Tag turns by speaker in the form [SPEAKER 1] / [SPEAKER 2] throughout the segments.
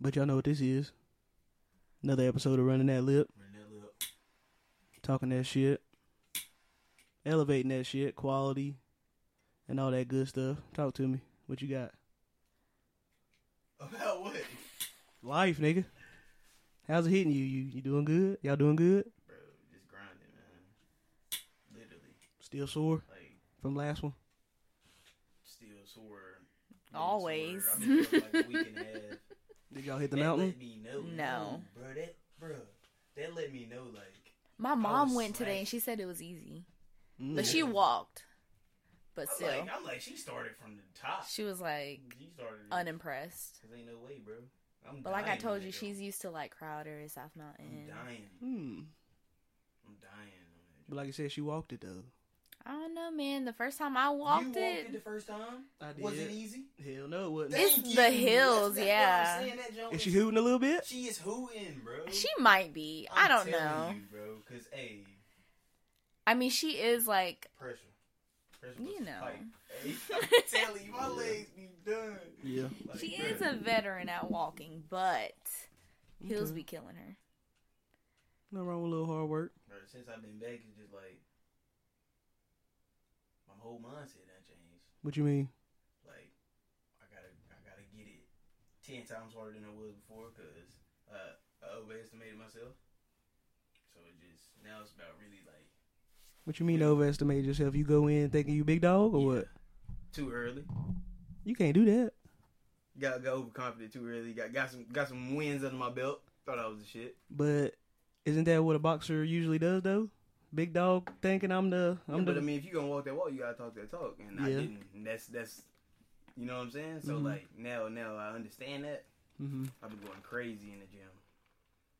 [SPEAKER 1] But y'all know what this is. Another episode of Running That Lip, talking that shit, elevating that shit, quality, and all that good stuff. Talk to me. What you got?
[SPEAKER 2] About what?
[SPEAKER 1] Life, nigga. How's it hitting you? You you doing good? Y'all doing good?
[SPEAKER 2] Bro, just grinding, man. Literally.
[SPEAKER 1] Still sore
[SPEAKER 2] Like,
[SPEAKER 1] from last one?
[SPEAKER 2] still sore. really
[SPEAKER 3] Always.
[SPEAKER 2] sore. I've been sore for like a week and a half.
[SPEAKER 1] Did y'all hit the
[SPEAKER 2] That
[SPEAKER 1] mountain?
[SPEAKER 2] let me know.
[SPEAKER 3] No.
[SPEAKER 2] Bro, that, bro, that let me know, like,
[SPEAKER 3] My mom
[SPEAKER 2] was
[SPEAKER 3] went today
[SPEAKER 2] slacking.
[SPEAKER 3] and she said it was easy,
[SPEAKER 1] Mm.
[SPEAKER 3] but she walked. But
[SPEAKER 2] I'm
[SPEAKER 3] still,
[SPEAKER 2] like, I'm like, she started from the top.
[SPEAKER 3] she was like
[SPEAKER 2] She started.
[SPEAKER 3] unimpressed.
[SPEAKER 2] Cause ain't no way, bro. I'm
[SPEAKER 3] But like I
[SPEAKER 2] dying on
[SPEAKER 3] told
[SPEAKER 2] that
[SPEAKER 3] you,
[SPEAKER 2] joke.
[SPEAKER 3] she's used to like Crowder, South
[SPEAKER 2] I'm
[SPEAKER 3] Mountain.
[SPEAKER 2] dying.
[SPEAKER 1] Hmm.
[SPEAKER 2] I'm dying on that joke.
[SPEAKER 1] But like I said, she walked it though.
[SPEAKER 3] I don't know, man. The first time I
[SPEAKER 2] you
[SPEAKER 3] walked
[SPEAKER 2] walked
[SPEAKER 3] it,
[SPEAKER 2] it the first time.
[SPEAKER 1] I
[SPEAKER 2] Was
[SPEAKER 1] did.
[SPEAKER 2] it easy?
[SPEAKER 1] Hell no, it wasn't.
[SPEAKER 3] It's
[SPEAKER 2] Thank
[SPEAKER 3] the
[SPEAKER 2] you. That's-
[SPEAKER 3] hills,
[SPEAKER 2] that's what I'm
[SPEAKER 3] yeah.
[SPEAKER 2] saying, that joke
[SPEAKER 1] Is
[SPEAKER 2] is-
[SPEAKER 1] she hooting a little bit?
[SPEAKER 2] She is hooting, bro.
[SPEAKER 3] she might be.
[SPEAKER 2] I'm
[SPEAKER 3] I'm I do not know.
[SPEAKER 2] telling You, bro, because hey,
[SPEAKER 3] I mean, she is like
[SPEAKER 2] pressure, pressure.
[SPEAKER 3] You
[SPEAKER 2] puts the
[SPEAKER 3] know.
[SPEAKER 2] pipe. Hey, I'm telling you, my legs be done.
[SPEAKER 1] Yeah.
[SPEAKER 2] Like,
[SPEAKER 3] she
[SPEAKER 2] bro,
[SPEAKER 3] is a veteran at walking, but hills
[SPEAKER 1] Okay.
[SPEAKER 3] be killing her.
[SPEAKER 1] Nothing wrong with a little hard work.
[SPEAKER 2] Bro, since I've been back, it's just like my whole mindset done changed.
[SPEAKER 1] What you mean?
[SPEAKER 2] Like I gotta, I gotta get it ten times harder than I was before because uh, I overestimated myself. So it just now it's about really like
[SPEAKER 1] What you mean overestimate yourself? You go in thinking you big dog or
[SPEAKER 2] yeah,
[SPEAKER 1] what?
[SPEAKER 2] Too early.
[SPEAKER 1] You can't do that.
[SPEAKER 2] Got got overconfident too early. Got got some got some wins under my belt. Thought I was the shit.
[SPEAKER 1] But isn't that what a boxer usually does though? Big dog thinking I'm the
[SPEAKER 2] Yeah,
[SPEAKER 1] I'm
[SPEAKER 2] but I
[SPEAKER 1] the
[SPEAKER 2] mean, if you gonna walk that walk, you gotta talk that talk, and I
[SPEAKER 1] Yeah.
[SPEAKER 2] didn't. And that's that's, you know what I'm saying. So
[SPEAKER 1] Mhm.
[SPEAKER 2] like now, now I understand that.
[SPEAKER 1] hmm
[SPEAKER 2] I've been going crazy in the gym,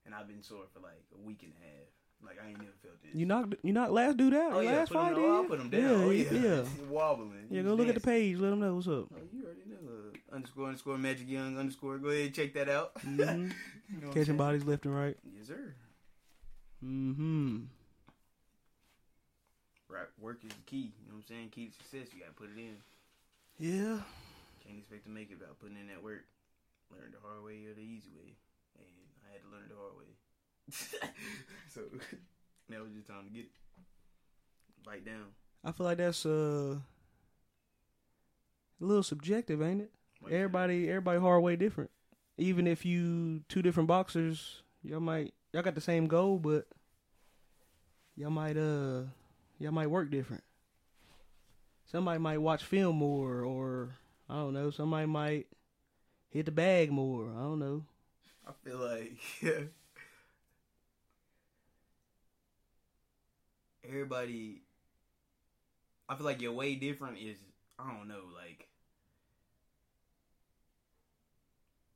[SPEAKER 2] and I've been sore for like a week and a half. Like I ain't never felt this.
[SPEAKER 1] You knocked you knocked last dude out.
[SPEAKER 2] oh yeah,
[SPEAKER 1] last
[SPEAKER 2] put him,
[SPEAKER 1] fight
[SPEAKER 2] down. I'll
[SPEAKER 1] did.
[SPEAKER 2] put him down. oh, yeah,
[SPEAKER 1] yeah.
[SPEAKER 2] He's wobbling.
[SPEAKER 1] Yeah,
[SPEAKER 2] He's
[SPEAKER 1] go look at the
[SPEAKER 2] dancing.
[SPEAKER 1] page. Let them know what's up.
[SPEAKER 2] Oh, you already know. Uh, underscore underscore magic young underscore. Go ahead and check that out.
[SPEAKER 1] Mhm.
[SPEAKER 2] You know what I'm
[SPEAKER 1] Catching
[SPEAKER 2] saying?
[SPEAKER 1] bodies left and right.
[SPEAKER 2] Yes sir.
[SPEAKER 1] Mm-hmm.
[SPEAKER 2] Right, work is the key. You know what I'm saying? Key to success. You gotta put it in.
[SPEAKER 1] Yeah.
[SPEAKER 2] Can't expect to make it without putting in that work. Learn the hard way or the easy way. And I had to learn the hard way. so now it's just time to get it. Bite down.
[SPEAKER 1] I feel like that's uh a little subjective, ain't it?
[SPEAKER 2] Bite down.
[SPEAKER 1] Everybody everybody hard way different. Even if you two different boxers, y'all might y'all got the same goal, but y'all might uh y'all might work different. Somebody might watch film more or I don't know, somebody might hit the bag more. I don't know.
[SPEAKER 2] I feel like everybody. I feel like your way different is I don't know like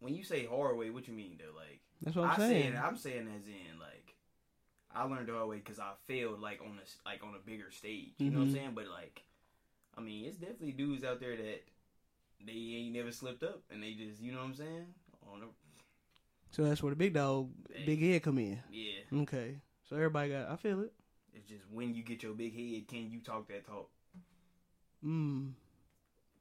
[SPEAKER 2] when you say hard way, what you mean though? Like
[SPEAKER 1] That's what I'm
[SPEAKER 2] I
[SPEAKER 1] saying.
[SPEAKER 2] Said, I'm saying as in like I learned the hard way because I failed like on a s- like on a bigger stage. You know what I'm
[SPEAKER 1] Mhm.
[SPEAKER 2] saying? But like, I mean, it's definitely dudes out there that they ain't never slipped up and they just you know what I'm saying on a
[SPEAKER 1] so that's where the big dog
[SPEAKER 2] Hey.
[SPEAKER 1] big head come in.
[SPEAKER 2] yeah.
[SPEAKER 1] Okay. So everybody got I feel it.
[SPEAKER 2] It's just when you get your big head, can you talk that talk?
[SPEAKER 1] Mm.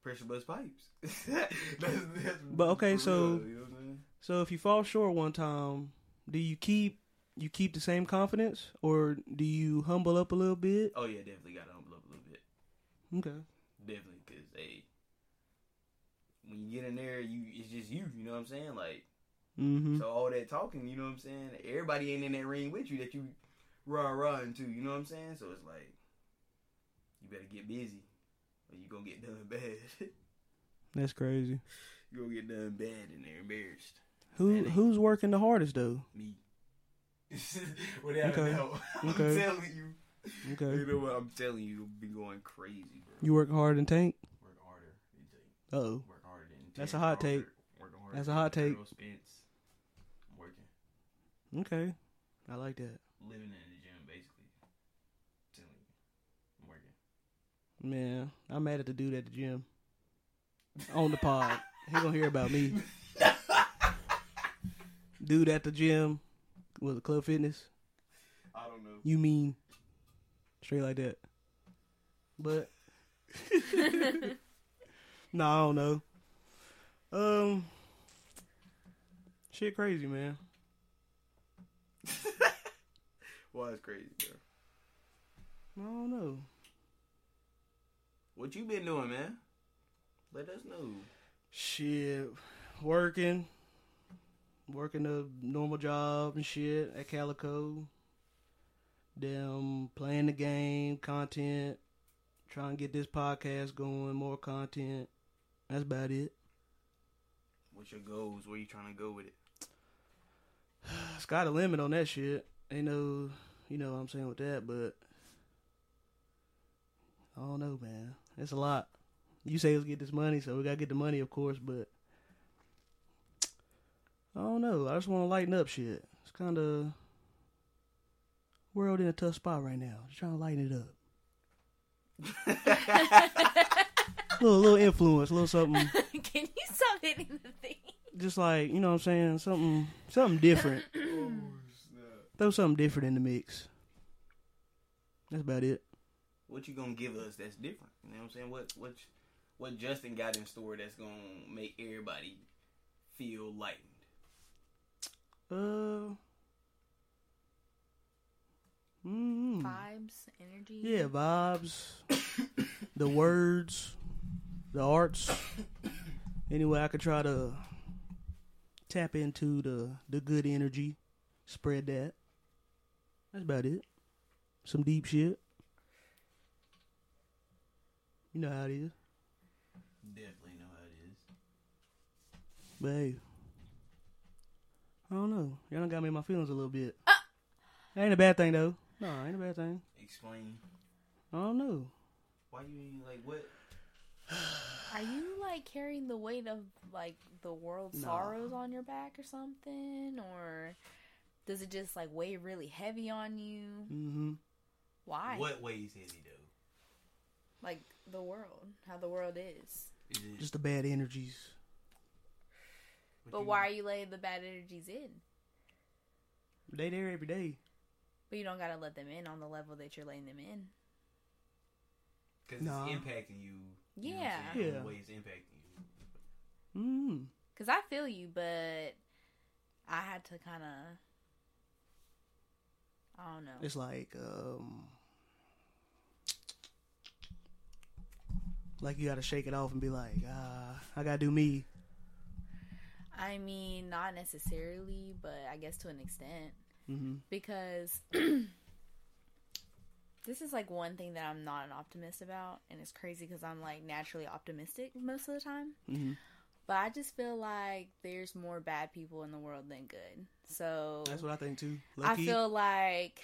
[SPEAKER 2] Pressure bust pipes. That's- that's
[SPEAKER 1] But okay,
[SPEAKER 2] for
[SPEAKER 1] so-
[SPEAKER 2] real, you know what I'm saying?
[SPEAKER 1] So if you fall short one time, do you keep you keep the same confidence or do you humble up a little bit?
[SPEAKER 2] oh yeah, definitely got to humble up a little bit.
[SPEAKER 1] Okay.
[SPEAKER 2] Definitely, cause hey, when you get in there, you it's just you. You know what I'm saying? Like
[SPEAKER 1] Mhm.
[SPEAKER 2] so, all that talking. You know what I'm saying? Everybody ain't in that ring with you that you rah rah into. You know what I'm saying? So it's like you better get busy, or you gonna get done bad.
[SPEAKER 1] That's crazy.
[SPEAKER 2] you gonna get done bad in there, embarrassed.
[SPEAKER 1] Who
[SPEAKER 2] That ain't-
[SPEAKER 1] who's working the hardest though?
[SPEAKER 2] me. Without
[SPEAKER 1] Okay.
[SPEAKER 2] a doubt. I'm
[SPEAKER 1] Okay.
[SPEAKER 2] telling you. You
[SPEAKER 1] Okay.
[SPEAKER 2] know what? I'm telling you, you'll be going crazy, bro.
[SPEAKER 1] You work hard and tank?
[SPEAKER 2] work harder. than Tank.
[SPEAKER 1] Oh.
[SPEAKER 2] Work harder than
[SPEAKER 1] That's
[SPEAKER 2] Tank.
[SPEAKER 1] a hot
[SPEAKER 2] Harder-
[SPEAKER 1] take.
[SPEAKER 2] Work harder
[SPEAKER 1] That's a
[SPEAKER 2] than
[SPEAKER 1] hot take.
[SPEAKER 2] Errol Spence. I'm working.
[SPEAKER 1] Okay. I like that.
[SPEAKER 2] Living in the gym, basically. I'm telling you. I'm working.
[SPEAKER 1] Man, I'm mad at the dude at the gym. On the pod. He gonna hear about me. Dude at the gym was it club fitness.
[SPEAKER 2] I don't know.
[SPEAKER 1] You mean straight like that. But no, I don't know. Um Shit crazy, man.
[SPEAKER 2] Why it's crazy, bro.
[SPEAKER 1] I don't know.
[SPEAKER 2] What you been doing, man? Let us know.
[SPEAKER 1] Shit. Working. Working a normal job and shit at Calico. Them playing the game, content, trying to get this podcast going, more content. That's about it.
[SPEAKER 2] What's your goals? Where you trying to go with it?
[SPEAKER 1] It's got a limit on that shit. Ain't no, you know what I'm saying with that, but I don't know, man. It's a lot. You say let's get this money, so we gotta get the money, of course, but I don't know. I just want to lighten up shit. It's kind of world in a tough spot right now. Just trying to lighten it up. little little influence, little something.
[SPEAKER 3] Can you stop hitting the thing?
[SPEAKER 1] Just like you know what I'm saying, something something different.
[SPEAKER 2] oh snap!
[SPEAKER 1] Throw something different in the mix. That's about it.
[SPEAKER 2] What you gonna give us that's different? You know what I'm saying? What what what Justin got in store that's gonna make everybody feel lightened?
[SPEAKER 1] Uh.
[SPEAKER 2] Hmm.
[SPEAKER 1] Mm,
[SPEAKER 3] Vibes, energy.
[SPEAKER 1] yeah, vibes, the words, the arts. Anyway, I could try to tap into the the good energy, spread that. That's about it. Some deep shit. You know how it is.
[SPEAKER 2] Definitely know how it is.
[SPEAKER 1] But hey, I don't know. Y'all done got me in my feelings a little bit.
[SPEAKER 3] Uh.
[SPEAKER 1] ain't a bad thing though. No, ain't a bad thing.
[SPEAKER 2] Explain
[SPEAKER 1] I don't know.
[SPEAKER 2] why you ain't like what?
[SPEAKER 3] Are you like carrying the weight of like the world's
[SPEAKER 1] Nah.
[SPEAKER 3] sorrows on your back or something? Or does it just like weigh really heavy on you?
[SPEAKER 1] hmm
[SPEAKER 3] Why?
[SPEAKER 2] What ways is he though?
[SPEAKER 3] Like the world, how the world is.
[SPEAKER 2] Is it
[SPEAKER 1] Just the bad energies.
[SPEAKER 2] what
[SPEAKER 3] But
[SPEAKER 2] you-
[SPEAKER 3] why are you letting the bad energies in?
[SPEAKER 1] They there every day.
[SPEAKER 3] But you don't gotta let them in on the level that you're letting them in.
[SPEAKER 2] Cause
[SPEAKER 1] Nah.
[SPEAKER 2] it's impacting you. you know what
[SPEAKER 3] Yeah.
[SPEAKER 2] I'm saying?
[SPEAKER 1] Yeah.
[SPEAKER 2] The way it's impacting you.
[SPEAKER 1] Mm.
[SPEAKER 3] Cause I feel you, but I had to kind of. I don't know.
[SPEAKER 1] It's like um, like you got to shake it off and be like, ah, I gotta do me.
[SPEAKER 3] I mean, not necessarily, but I guess to an extent.
[SPEAKER 1] hmm
[SPEAKER 3] because this is like one thing that I'm not an optimist about, and it's crazy because I'm like naturally optimistic most of the time.
[SPEAKER 1] Mhm.
[SPEAKER 3] But I just feel like there's more bad people in the world than good. So
[SPEAKER 1] That's what I think too.
[SPEAKER 3] I
[SPEAKER 1] Lucky.
[SPEAKER 3] feel like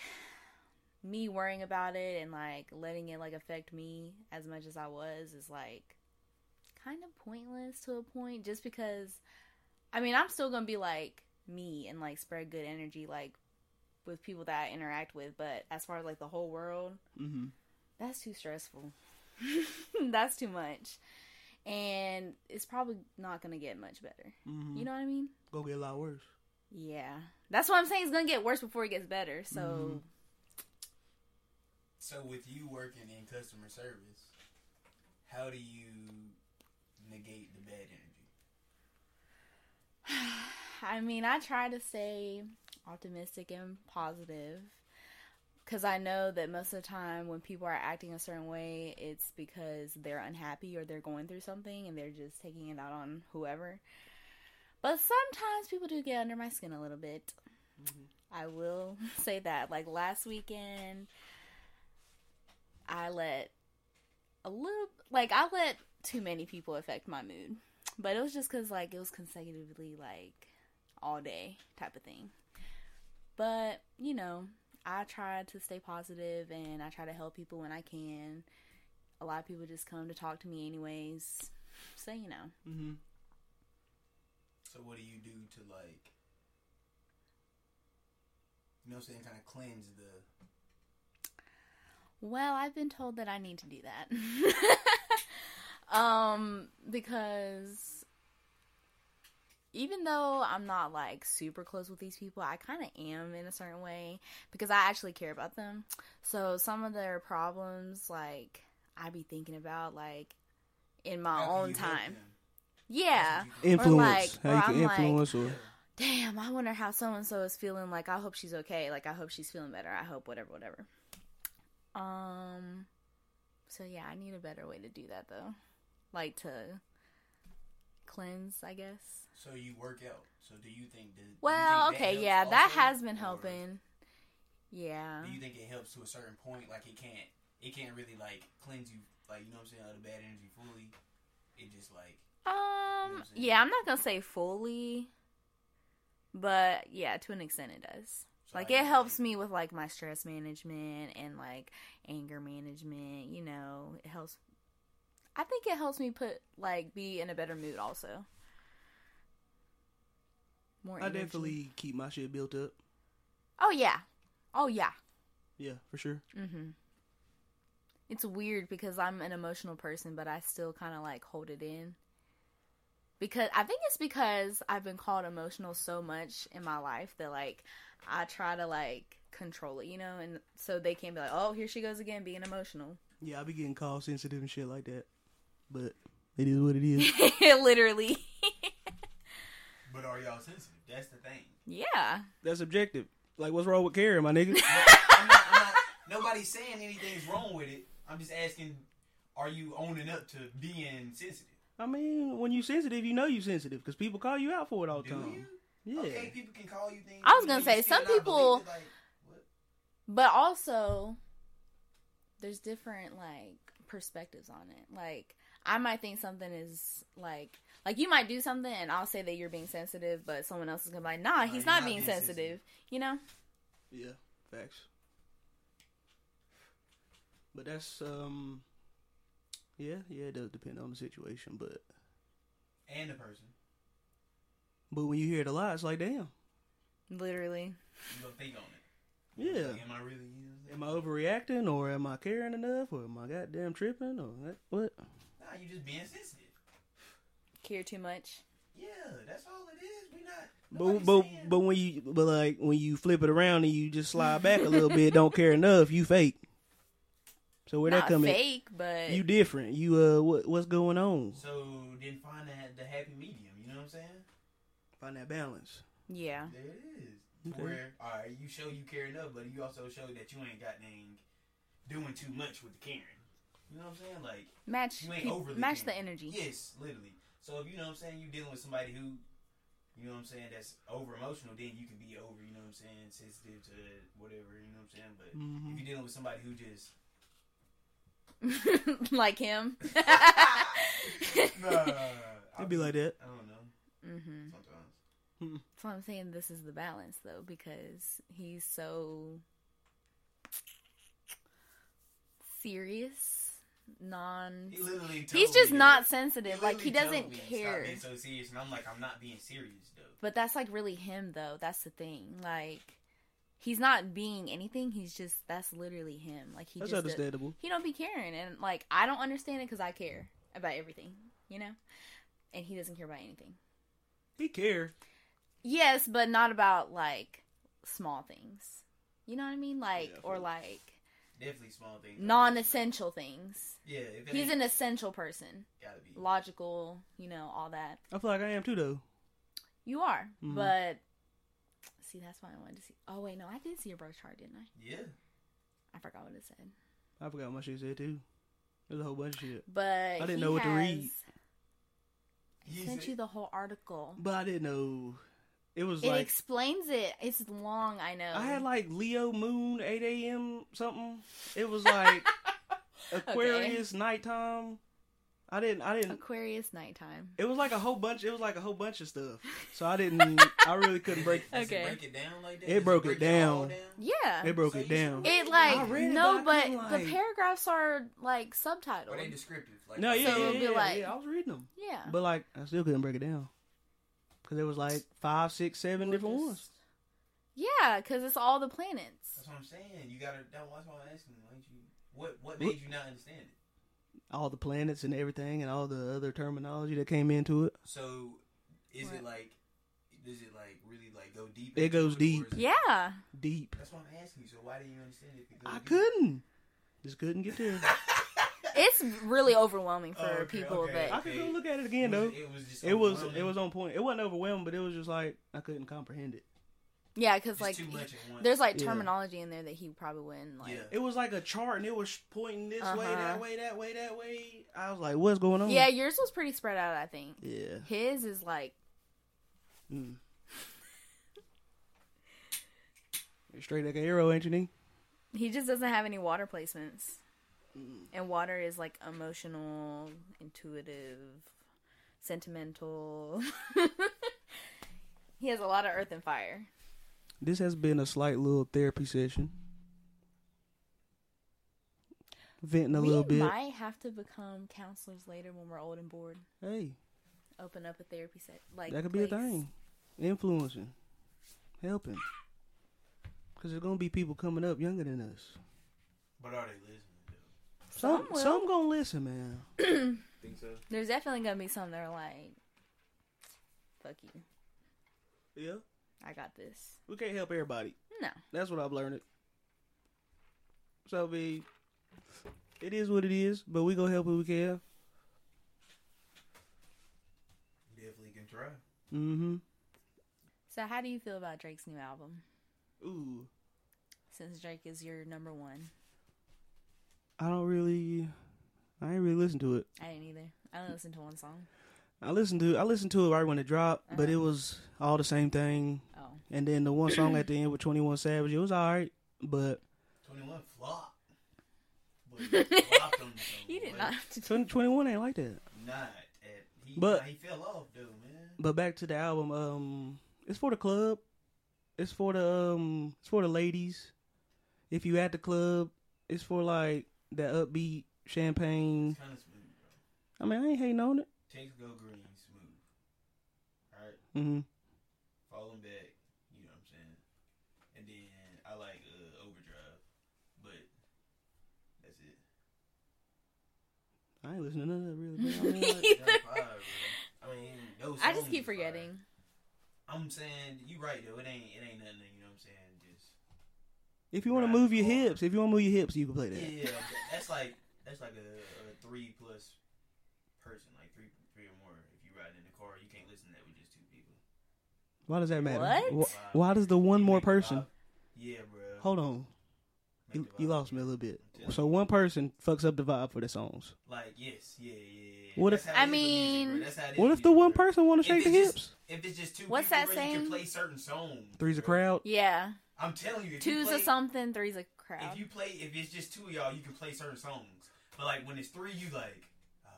[SPEAKER 3] me worrying about it and like letting it like affect me as much as I was is like kind of pointless to a point just because I mean, I'm still going to be like me and like spread good energy like with people that I interact with, but as far as like the whole world,
[SPEAKER 1] hmm
[SPEAKER 3] that's too stressful. that's too much. And it's probably not going to get much better.
[SPEAKER 1] hmm
[SPEAKER 3] You know what I mean?
[SPEAKER 1] Go get a lot worse.
[SPEAKER 3] Yeah. That's what I'm saying. It's going to get worse before it gets better. So
[SPEAKER 1] Mhm.
[SPEAKER 2] So with you working in customer service, how do you negate the bad energy?
[SPEAKER 3] I mean, I try to stay optimistic and positive because I know that most of the time when people are acting a certain way, it's because they're unhappy or they're going through something and they're just taking it out on whoever. But sometimes people do get under my skin a little bit. I will say that. Like last weekend, I let a little, like, I let too many people affect my mood. But it was just because, like, it was consecutively, like, all day type of thing. But, you know, I try to stay positive and I try to help people when I can. A lot of people just come to talk to me, anyways. So, you know,
[SPEAKER 1] hmm
[SPEAKER 2] So what do you do to like you know what I'm saying, kinda cleanse the
[SPEAKER 3] Well, I've been told that I need to do that. um, because even though I'm not like super close with these people, I kind of am in a certain way because I actually care about them. So some of their problems, like, I be thinking about, like, in my
[SPEAKER 2] how can
[SPEAKER 3] own
[SPEAKER 2] you help
[SPEAKER 3] time.
[SPEAKER 2] them? That's
[SPEAKER 3] Yeah.
[SPEAKER 2] what you can-
[SPEAKER 1] Influence.
[SPEAKER 3] like-
[SPEAKER 1] How
[SPEAKER 3] or
[SPEAKER 1] you can
[SPEAKER 3] I'm like-
[SPEAKER 1] influence or
[SPEAKER 2] Yeah.
[SPEAKER 3] Damn, damn, I wonder how so and so is feeling. Like, I hope she's okay. Like, I hope she's feeling better. I hope whatever, whatever. Um, so yeah, I need a better way to do that though. Like to cleanse, I guess.
[SPEAKER 2] So you work out. So do you think that? do you
[SPEAKER 3] Well,
[SPEAKER 2] think that
[SPEAKER 3] okay,
[SPEAKER 2] helps
[SPEAKER 3] yeah, that
[SPEAKER 2] also,
[SPEAKER 3] has been
[SPEAKER 2] or
[SPEAKER 3] helping. Yeah.
[SPEAKER 2] Do you think it helps to a certain point? Like it can't, it can't really like cleanse you, like you know what I'm saying, of the bad energy fully. It just like
[SPEAKER 3] Um,
[SPEAKER 2] I'm saying?
[SPEAKER 3] yeah, I'm not gonna say fully, but yeah, to an extent it does.
[SPEAKER 2] so
[SPEAKER 3] Like
[SPEAKER 2] I
[SPEAKER 3] it
[SPEAKER 2] just,
[SPEAKER 3] helps
[SPEAKER 2] like-
[SPEAKER 3] me with like my stress management and like anger management, you know, it helps I think it helps me put like be in a better mood also. More
[SPEAKER 1] I
[SPEAKER 3] energy.
[SPEAKER 1] definitely keep my shit built up.
[SPEAKER 3] Oh yeah. Oh yeah.
[SPEAKER 1] Yeah, for sure.
[SPEAKER 3] Mhm. It's weird because I'm an emotional person, but I still kind of like hold it in. Because I think it's because I've been called emotional so much in my life that like I try to like control it, you know, and so they can't be like, "Oh, here she goes again being emotional."
[SPEAKER 1] Yeah, I be getting call sensitive and shit like that. But it is what it is.
[SPEAKER 3] Literally.
[SPEAKER 2] But are y'all sensitive? That's the thing.
[SPEAKER 3] yeah.
[SPEAKER 1] That's objective. Like, what's wrong with caring, my nigga?
[SPEAKER 2] I'm not, I'm not, nobody's saying anything's wrong with it. I'm just asking, are you owning up to being sensitive?
[SPEAKER 1] I mean, when you sensitive, you know you sensitive because people call you out for it all the
[SPEAKER 2] Do
[SPEAKER 1] time.
[SPEAKER 2] you?
[SPEAKER 1] Yeah.
[SPEAKER 2] Okay, people can call you things.
[SPEAKER 3] I was
[SPEAKER 2] you know,
[SPEAKER 3] gonna
[SPEAKER 2] you
[SPEAKER 3] say,
[SPEAKER 2] still
[SPEAKER 3] some
[SPEAKER 2] not believe
[SPEAKER 3] people-
[SPEAKER 2] it, like, what?
[SPEAKER 3] But also, there's different like perspectives on it. Like I might think something is like like you might do something and I'll say that you're being sensitive, but someone else is gonna be like, nah,
[SPEAKER 2] No,
[SPEAKER 3] he's
[SPEAKER 2] you're
[SPEAKER 3] Oh, not,
[SPEAKER 2] not
[SPEAKER 3] being,
[SPEAKER 2] being
[SPEAKER 3] sensitive.
[SPEAKER 2] sensitive.
[SPEAKER 3] You know?
[SPEAKER 1] Yeah, facts. But that's um, yeah, yeah. It does depend on the situation, but
[SPEAKER 2] and the person.
[SPEAKER 1] but when you hear it a lot, it's like, damn,
[SPEAKER 3] Literally.
[SPEAKER 2] You gonna think on it.
[SPEAKER 1] yeah.
[SPEAKER 2] Like, am I really? You know what
[SPEAKER 1] Am
[SPEAKER 2] I'm
[SPEAKER 1] I overreacting, or am I caring enough, or am I goddamn tripping, or what? what?
[SPEAKER 2] saying? Nah, you just being sensitive.
[SPEAKER 3] Care too much.
[SPEAKER 2] Yeah, that's all it is. We not.
[SPEAKER 1] But
[SPEAKER 2] nobody's
[SPEAKER 1] but
[SPEAKER 2] saying-
[SPEAKER 1] but when you but like when you flip it around and you just slide back a little bit, don't care enough, you fake. So where
[SPEAKER 3] not
[SPEAKER 1] that coming?
[SPEAKER 3] fake, but
[SPEAKER 1] You different. You uh, what what's going on?
[SPEAKER 2] So then find that the happy medium. You know what I'm saying?
[SPEAKER 1] Find that balance.
[SPEAKER 3] yeah.
[SPEAKER 2] There it is.
[SPEAKER 1] Okay.
[SPEAKER 2] Where all right, you show you care enough, but you also show that you ain't got dang doing too much with the caring. You know what I'm saying? Like
[SPEAKER 3] Match
[SPEAKER 2] you ain't
[SPEAKER 3] peop-
[SPEAKER 2] overly
[SPEAKER 3] match the
[SPEAKER 2] caring.
[SPEAKER 3] energy.
[SPEAKER 2] yes, literally. So if you know what I'm saying, you dealing with somebody who, you know what I'm saying, that's over emotional, then you can be over. You know what I'm saying, sensitive to whatever. You know what I'm saying, but.
[SPEAKER 1] Mhm.
[SPEAKER 2] If you're dealing with somebody who just
[SPEAKER 3] like him.
[SPEAKER 2] nah,
[SPEAKER 1] It'd be like that.
[SPEAKER 2] I don't know.
[SPEAKER 3] hmm
[SPEAKER 2] Sometimes
[SPEAKER 3] That's why I'm saying this is the balance though, because he's so serious, non.
[SPEAKER 2] he literally. Told
[SPEAKER 3] He's just
[SPEAKER 2] me
[SPEAKER 3] not
[SPEAKER 2] that.
[SPEAKER 3] sensitive. like
[SPEAKER 2] literally
[SPEAKER 3] he doesn't
[SPEAKER 2] told me, Stop
[SPEAKER 3] care.
[SPEAKER 2] being so serious, and I'm like, I'm not being serious though.
[SPEAKER 3] But that's like really him though. That's the thing. Like he's not being anything. He's just that's literally him. Like he
[SPEAKER 1] That's
[SPEAKER 3] just
[SPEAKER 1] understandable.
[SPEAKER 3] he don't be caring, and like I don't understand it because I care about everything, you know, and he doesn't care about anything.
[SPEAKER 1] He cares.
[SPEAKER 3] Yes, but not about like small things. You know what I mean? Like
[SPEAKER 1] Yeah, I
[SPEAKER 3] or
[SPEAKER 1] feel-
[SPEAKER 3] like
[SPEAKER 2] Definitely small things.
[SPEAKER 3] non-essential things.
[SPEAKER 2] Yeah, if it
[SPEAKER 3] He's
[SPEAKER 2] ain't,
[SPEAKER 3] an essential person,
[SPEAKER 2] gotta be.
[SPEAKER 3] logical, you know, all that.
[SPEAKER 1] I feel like I am too, though.
[SPEAKER 3] You are,
[SPEAKER 1] Mhm.
[SPEAKER 3] but see, that's why I wanted to see. Oh wait, no, I did see your birth chart, didn't I?
[SPEAKER 2] Yeah,
[SPEAKER 3] I forgot what it said.
[SPEAKER 1] I forgot what my shit said too. There's a whole bunch of shit,
[SPEAKER 3] But I
[SPEAKER 1] didn't know what to read.
[SPEAKER 2] He
[SPEAKER 3] I sent
[SPEAKER 2] said-
[SPEAKER 3] you the whole article.
[SPEAKER 1] but I didn't know. It was
[SPEAKER 3] it
[SPEAKER 1] like
[SPEAKER 3] explains it. It's long, I know.
[SPEAKER 1] I had like Leo Moon eight a.m. something. It was like Aquarius nighttime. I didn't. I didn't.
[SPEAKER 3] Aquarius nighttime.
[SPEAKER 1] It was like a whole bunch. It was like a whole bunch of stuff. So I didn't. I really couldn't break.
[SPEAKER 2] Does
[SPEAKER 3] Okay.
[SPEAKER 2] It break it down like that.
[SPEAKER 1] It
[SPEAKER 2] Does
[SPEAKER 1] broke it
[SPEAKER 2] break all
[SPEAKER 1] down.
[SPEAKER 3] Yeah.
[SPEAKER 1] It broke
[SPEAKER 2] So
[SPEAKER 1] it
[SPEAKER 2] you
[SPEAKER 1] down.
[SPEAKER 2] should-
[SPEAKER 3] It
[SPEAKER 1] I
[SPEAKER 3] like
[SPEAKER 1] read it,
[SPEAKER 3] no,
[SPEAKER 1] but I
[SPEAKER 3] but
[SPEAKER 1] couldn't,
[SPEAKER 3] the
[SPEAKER 1] like-
[SPEAKER 3] paragraphs are like subtitled.
[SPEAKER 2] Or they descriptive? Like,
[SPEAKER 1] No, yeah,
[SPEAKER 3] So
[SPEAKER 1] yeah,
[SPEAKER 3] it'd be
[SPEAKER 1] yeah,
[SPEAKER 3] like- Oh.
[SPEAKER 1] yeah, I was reading them,
[SPEAKER 3] yeah.
[SPEAKER 1] but like I still couldn't break it down because it was like five, six, seven different
[SPEAKER 3] Just-
[SPEAKER 1] ones.
[SPEAKER 3] Yeah, because it's all the planets.
[SPEAKER 2] That's what I'm saying. You gotta. That's why I'm asking. Why don't you? What
[SPEAKER 1] What-
[SPEAKER 2] What made you not understand it?
[SPEAKER 1] All the planets and everything, and all the other terminology that came into it.
[SPEAKER 2] So, is
[SPEAKER 3] What?
[SPEAKER 2] it like? Does it like really like go deep?
[SPEAKER 1] It
[SPEAKER 2] into
[SPEAKER 1] goes
[SPEAKER 2] or is
[SPEAKER 1] deep.
[SPEAKER 2] it-
[SPEAKER 3] Yeah.
[SPEAKER 1] Deep.
[SPEAKER 2] Mm-hmm. That's what I'm asking you. So why didn't you understand it? If it goes
[SPEAKER 1] I
[SPEAKER 2] deep?
[SPEAKER 1] couldn't. Just couldn't get there.
[SPEAKER 3] It's really overwhelming for
[SPEAKER 2] Oh, okay,
[SPEAKER 3] people
[SPEAKER 2] okay.
[SPEAKER 3] that
[SPEAKER 1] I could go look at it again though.
[SPEAKER 2] It was just
[SPEAKER 1] It was
[SPEAKER 2] overwhelming.
[SPEAKER 1] it was on point. It wasn't overwhelming, but it was just like I couldn't comprehend it.
[SPEAKER 3] yeah, because
[SPEAKER 2] Just
[SPEAKER 3] like
[SPEAKER 2] too much at once.
[SPEAKER 3] there's like
[SPEAKER 1] Yeah.
[SPEAKER 3] terminology in there that he probably wouldn't like.
[SPEAKER 2] Yeah.
[SPEAKER 1] It was like a chart, and it was pointing this way,
[SPEAKER 3] Uh-huh.
[SPEAKER 1] that way, that way, that way. I was like, "What's going on?"
[SPEAKER 3] Yeah, yours was pretty spread out. I think
[SPEAKER 1] Oh. yeah.
[SPEAKER 3] his is like
[SPEAKER 1] Mm. You're straight like an arrow, ain't you? Nee?
[SPEAKER 3] he just doesn't have any water placements, and water is like emotional, intuitive, sentimental. he has a lot of earth and fire.
[SPEAKER 1] This has been a slight little therapy session, venting a
[SPEAKER 3] we
[SPEAKER 1] little bit.
[SPEAKER 3] might have to become counselors later when we're old and bored.
[SPEAKER 1] Hey,
[SPEAKER 3] Open up a therapy set. Like
[SPEAKER 1] that could be a
[SPEAKER 3] place.
[SPEAKER 1] thing. Influencing, helping, because there's gonna be people coming up younger than us.
[SPEAKER 2] But are they listening? Though?
[SPEAKER 1] Some
[SPEAKER 3] Some will.
[SPEAKER 1] some gonna listen, man.
[SPEAKER 2] Think so?
[SPEAKER 3] There's definitely gonna be some that are like, "Fuck you,
[SPEAKER 1] Yeah,
[SPEAKER 3] I got this."
[SPEAKER 1] we can't help everybody.
[SPEAKER 3] No,
[SPEAKER 1] That's what I've learned. So be it is what it is, but we gonna help who we can.
[SPEAKER 2] Definitely can try.
[SPEAKER 1] Mm-hmm.
[SPEAKER 3] So, how do you feel about Drake's new album?
[SPEAKER 1] Ooh.
[SPEAKER 3] Since Drake is your number one,
[SPEAKER 1] I don't really I ain't really listen to it.
[SPEAKER 3] I didn't either. I only listened to one song.
[SPEAKER 1] I listened to I listened to it right when it dropped, but
[SPEAKER 3] Uh-huh.
[SPEAKER 1] it was all the same thing.
[SPEAKER 3] Oh,
[SPEAKER 1] And then the one song at the end with Twenty One Savage, it was alright, but
[SPEAKER 2] Twenty one flop. But he flopped on his own,
[SPEAKER 3] you did
[SPEAKER 2] boy.
[SPEAKER 3] not have to.
[SPEAKER 1] 20, 21 ain't like that.
[SPEAKER 2] Not at he.
[SPEAKER 1] But-
[SPEAKER 2] he fell off though, man.
[SPEAKER 1] But back to the album, um, it's for the club. It's for the um, it's for the ladies. If you at the club, it's for like that upbeat champagne.
[SPEAKER 2] It's kind of smooth, bro.
[SPEAKER 1] I mean, I ain't hating on it.
[SPEAKER 2] Takes go green, smooth. All right.
[SPEAKER 1] hmm
[SPEAKER 2] falling back, you know what I'm saying? And then I like uh, overdrive, but that's it.
[SPEAKER 1] I ain't listening to none of that really. But I mean, like,
[SPEAKER 2] They're fire, bro. I mean, those
[SPEAKER 3] I just
[SPEAKER 2] songs
[SPEAKER 3] keep
[SPEAKER 2] are fire.
[SPEAKER 3] forgetting.
[SPEAKER 2] I'm saying you right though. It ain't it ain't nothing. You know what I'm saying? Just
[SPEAKER 1] if you want to move your hips, if you want to move your hips, you can play that.
[SPEAKER 2] yeah, that's like that's like a, a three plus person, like three three or more. If you riding in the car, you can't listen to that with just two people.
[SPEAKER 1] Why does that matter?
[SPEAKER 3] What?
[SPEAKER 1] Wh- Why does the one
[SPEAKER 2] You
[SPEAKER 1] more
[SPEAKER 2] make the
[SPEAKER 1] person?
[SPEAKER 2] vibe. Yeah, bro.
[SPEAKER 1] Hold on,
[SPEAKER 2] Make
[SPEAKER 1] you,
[SPEAKER 2] the
[SPEAKER 1] you
[SPEAKER 2] vibe.
[SPEAKER 1] lost me a little bit.
[SPEAKER 2] I'm telling
[SPEAKER 1] So one person fucks up the vibe for the songs.
[SPEAKER 2] Like yes, yeah, yeah. yeah.
[SPEAKER 1] What if-
[SPEAKER 2] That's how it
[SPEAKER 3] I
[SPEAKER 2] is with music, bro.
[SPEAKER 3] mean-
[SPEAKER 2] That's how it is
[SPEAKER 1] What
[SPEAKER 2] with
[SPEAKER 1] if the
[SPEAKER 2] music,
[SPEAKER 1] one
[SPEAKER 2] bro.
[SPEAKER 1] person want
[SPEAKER 2] If
[SPEAKER 1] to shake the
[SPEAKER 2] it's just-
[SPEAKER 1] hips?
[SPEAKER 2] If it's just two
[SPEAKER 3] What's
[SPEAKER 2] people,
[SPEAKER 3] that
[SPEAKER 2] bro, you
[SPEAKER 3] saying?
[SPEAKER 2] can play certain songs.
[SPEAKER 1] Three's a
[SPEAKER 2] bro.
[SPEAKER 1] crowd.
[SPEAKER 3] Yeah,
[SPEAKER 2] I'm telling you, if you
[SPEAKER 3] two's
[SPEAKER 2] play,
[SPEAKER 3] a something, three's a crowd.
[SPEAKER 2] If you play, if it's just two of y'all, you can play certain songs. But like when it's three, you like, ah,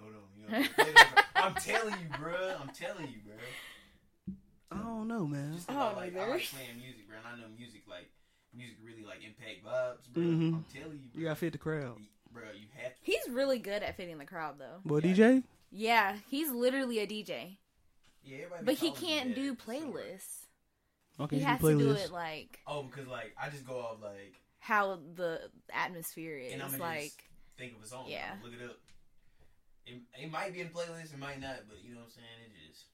[SPEAKER 2] hold on, let me- let me- hold on. You know, play those- I'm telling you, bro. I'm telling you, bro.
[SPEAKER 1] I don't know, man.
[SPEAKER 2] Just
[SPEAKER 3] I
[SPEAKER 2] 'cause
[SPEAKER 3] don't
[SPEAKER 2] I like, I
[SPEAKER 3] either.
[SPEAKER 2] like playing music, bro, and I know music like music really like impact vibes, bro.
[SPEAKER 1] Mhm.
[SPEAKER 2] I'm telling you, bro.
[SPEAKER 1] You gotta fit the crowd.
[SPEAKER 2] bro. You have to.
[SPEAKER 3] He's really good at fitting the crowd, though.
[SPEAKER 1] Well,
[SPEAKER 2] Yeah.
[SPEAKER 1] DJ,
[SPEAKER 3] Yeah, he's literally a DJ,
[SPEAKER 2] Yeah, everybody
[SPEAKER 3] but
[SPEAKER 2] be
[SPEAKER 3] he
[SPEAKER 2] calling me
[SPEAKER 3] can't
[SPEAKER 2] that.
[SPEAKER 3] do
[SPEAKER 2] It's so weird.
[SPEAKER 3] playlists.
[SPEAKER 1] okay,
[SPEAKER 3] He
[SPEAKER 1] you
[SPEAKER 3] has to
[SPEAKER 1] playlist.
[SPEAKER 3] do it like
[SPEAKER 2] Oh, because like I just go off like
[SPEAKER 3] how the atmosphere is.
[SPEAKER 2] And I'ma just-
[SPEAKER 3] Like,
[SPEAKER 2] think of a song.
[SPEAKER 3] Yeah.
[SPEAKER 2] I'ma Look it up. It, it might be in playlist, it might not, but you know what I'm saying? It just.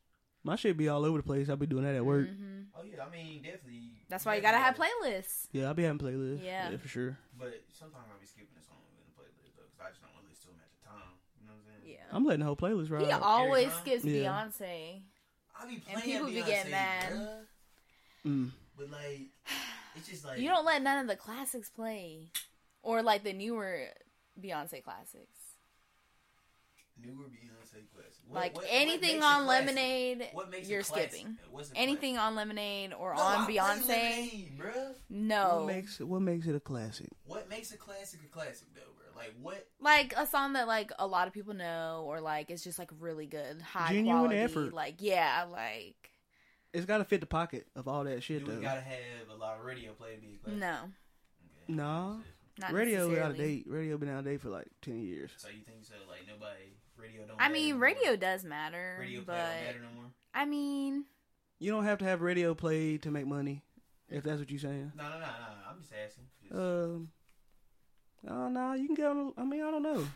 [SPEAKER 1] My shit be all over the place. I be doing that at work.
[SPEAKER 3] mhm.
[SPEAKER 2] Oh, yeah, I mean, definitely.
[SPEAKER 3] that's why you gotta have
[SPEAKER 2] definitely
[SPEAKER 3] playlists.
[SPEAKER 1] Yeah, I be having playlists.
[SPEAKER 3] Mm-hmm. Yeah.
[SPEAKER 1] for sure.
[SPEAKER 2] gotta- But sometimes I'll be skipping a song in the playlist, though, because I just don't want to listen to them at the time. You know what I'm saying?
[SPEAKER 3] Yeah.
[SPEAKER 1] I'm letting the whole playlist ride.
[SPEAKER 3] He always
[SPEAKER 2] Arizona?
[SPEAKER 3] skips
[SPEAKER 1] Yeah.
[SPEAKER 3] Beyonce.
[SPEAKER 2] I'll be playing
[SPEAKER 3] And people be
[SPEAKER 2] Beyonce,
[SPEAKER 3] getting mad.
[SPEAKER 2] bruh,
[SPEAKER 1] Mm.
[SPEAKER 2] But, like, it's just like.
[SPEAKER 3] You don't let none of the classics play, or like the newer Beyonce classics,
[SPEAKER 2] Newer Beyonce classic. What-
[SPEAKER 3] like
[SPEAKER 2] what- what
[SPEAKER 3] anything
[SPEAKER 2] makes a
[SPEAKER 3] on
[SPEAKER 2] classic?
[SPEAKER 3] Lemonade.
[SPEAKER 2] What makes a
[SPEAKER 3] you're
[SPEAKER 2] classic?
[SPEAKER 3] skipping
[SPEAKER 2] What's a classic?
[SPEAKER 3] anything on Lemonade or
[SPEAKER 2] No,
[SPEAKER 3] on
[SPEAKER 2] I play
[SPEAKER 3] Beyonce.
[SPEAKER 2] Lemonade, bruh.
[SPEAKER 1] What
[SPEAKER 3] No,
[SPEAKER 1] makes what makes it a classic?
[SPEAKER 2] What makes a classic a classic, though, bro? Like, what
[SPEAKER 3] like a song that like a lot of people know, or like it's just like really good, high
[SPEAKER 1] Genuine
[SPEAKER 3] quality.
[SPEAKER 1] effort.
[SPEAKER 3] Like yeah, like
[SPEAKER 1] It's gotta fit the pocket of all that shit
[SPEAKER 2] Do
[SPEAKER 1] though.
[SPEAKER 2] we gotta have a lot of radio play to be a classic?
[SPEAKER 3] no,
[SPEAKER 2] Okay.
[SPEAKER 1] Nah.
[SPEAKER 3] not
[SPEAKER 1] Radio out of
[SPEAKER 3] necessarily.
[SPEAKER 1] date. Radio been out of date for like ten years.
[SPEAKER 2] So you think so? Like nobody radio don't.
[SPEAKER 3] I
[SPEAKER 2] matter
[SPEAKER 3] mean,
[SPEAKER 2] no
[SPEAKER 3] radio
[SPEAKER 2] more?
[SPEAKER 3] does matter,
[SPEAKER 2] radio play
[SPEAKER 3] but
[SPEAKER 2] don't matter no more.
[SPEAKER 3] I mean,
[SPEAKER 1] You don't have to have radio played to make money, if that's what you're saying.
[SPEAKER 2] No, no, no, no. I'm just asking. Just,
[SPEAKER 1] Um, oh no, you can get on. I mean, I don't know,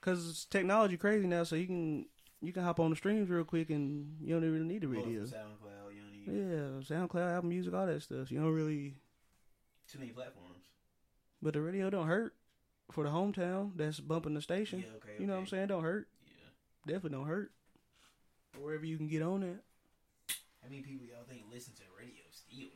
[SPEAKER 1] cause technology crazy now, so you can you can hop on the streams real quick, and you don't even really need the
[SPEAKER 2] pull it from
[SPEAKER 1] radio.
[SPEAKER 2] SoundCloud, you don't need
[SPEAKER 1] Yeah, SoundCloud, Apple Music, all that stuff. You don't really,
[SPEAKER 2] too many platforms.
[SPEAKER 1] but the radio don't hurt. for the hometown that's bumping the station.
[SPEAKER 2] Yeah, okay.
[SPEAKER 1] You know what I'm
[SPEAKER 2] okay.
[SPEAKER 1] saying? Don't hurt.
[SPEAKER 2] Yeah.
[SPEAKER 1] Definitely don't hurt. Wherever you can get on it.
[SPEAKER 2] How many people y'all think listen to radio still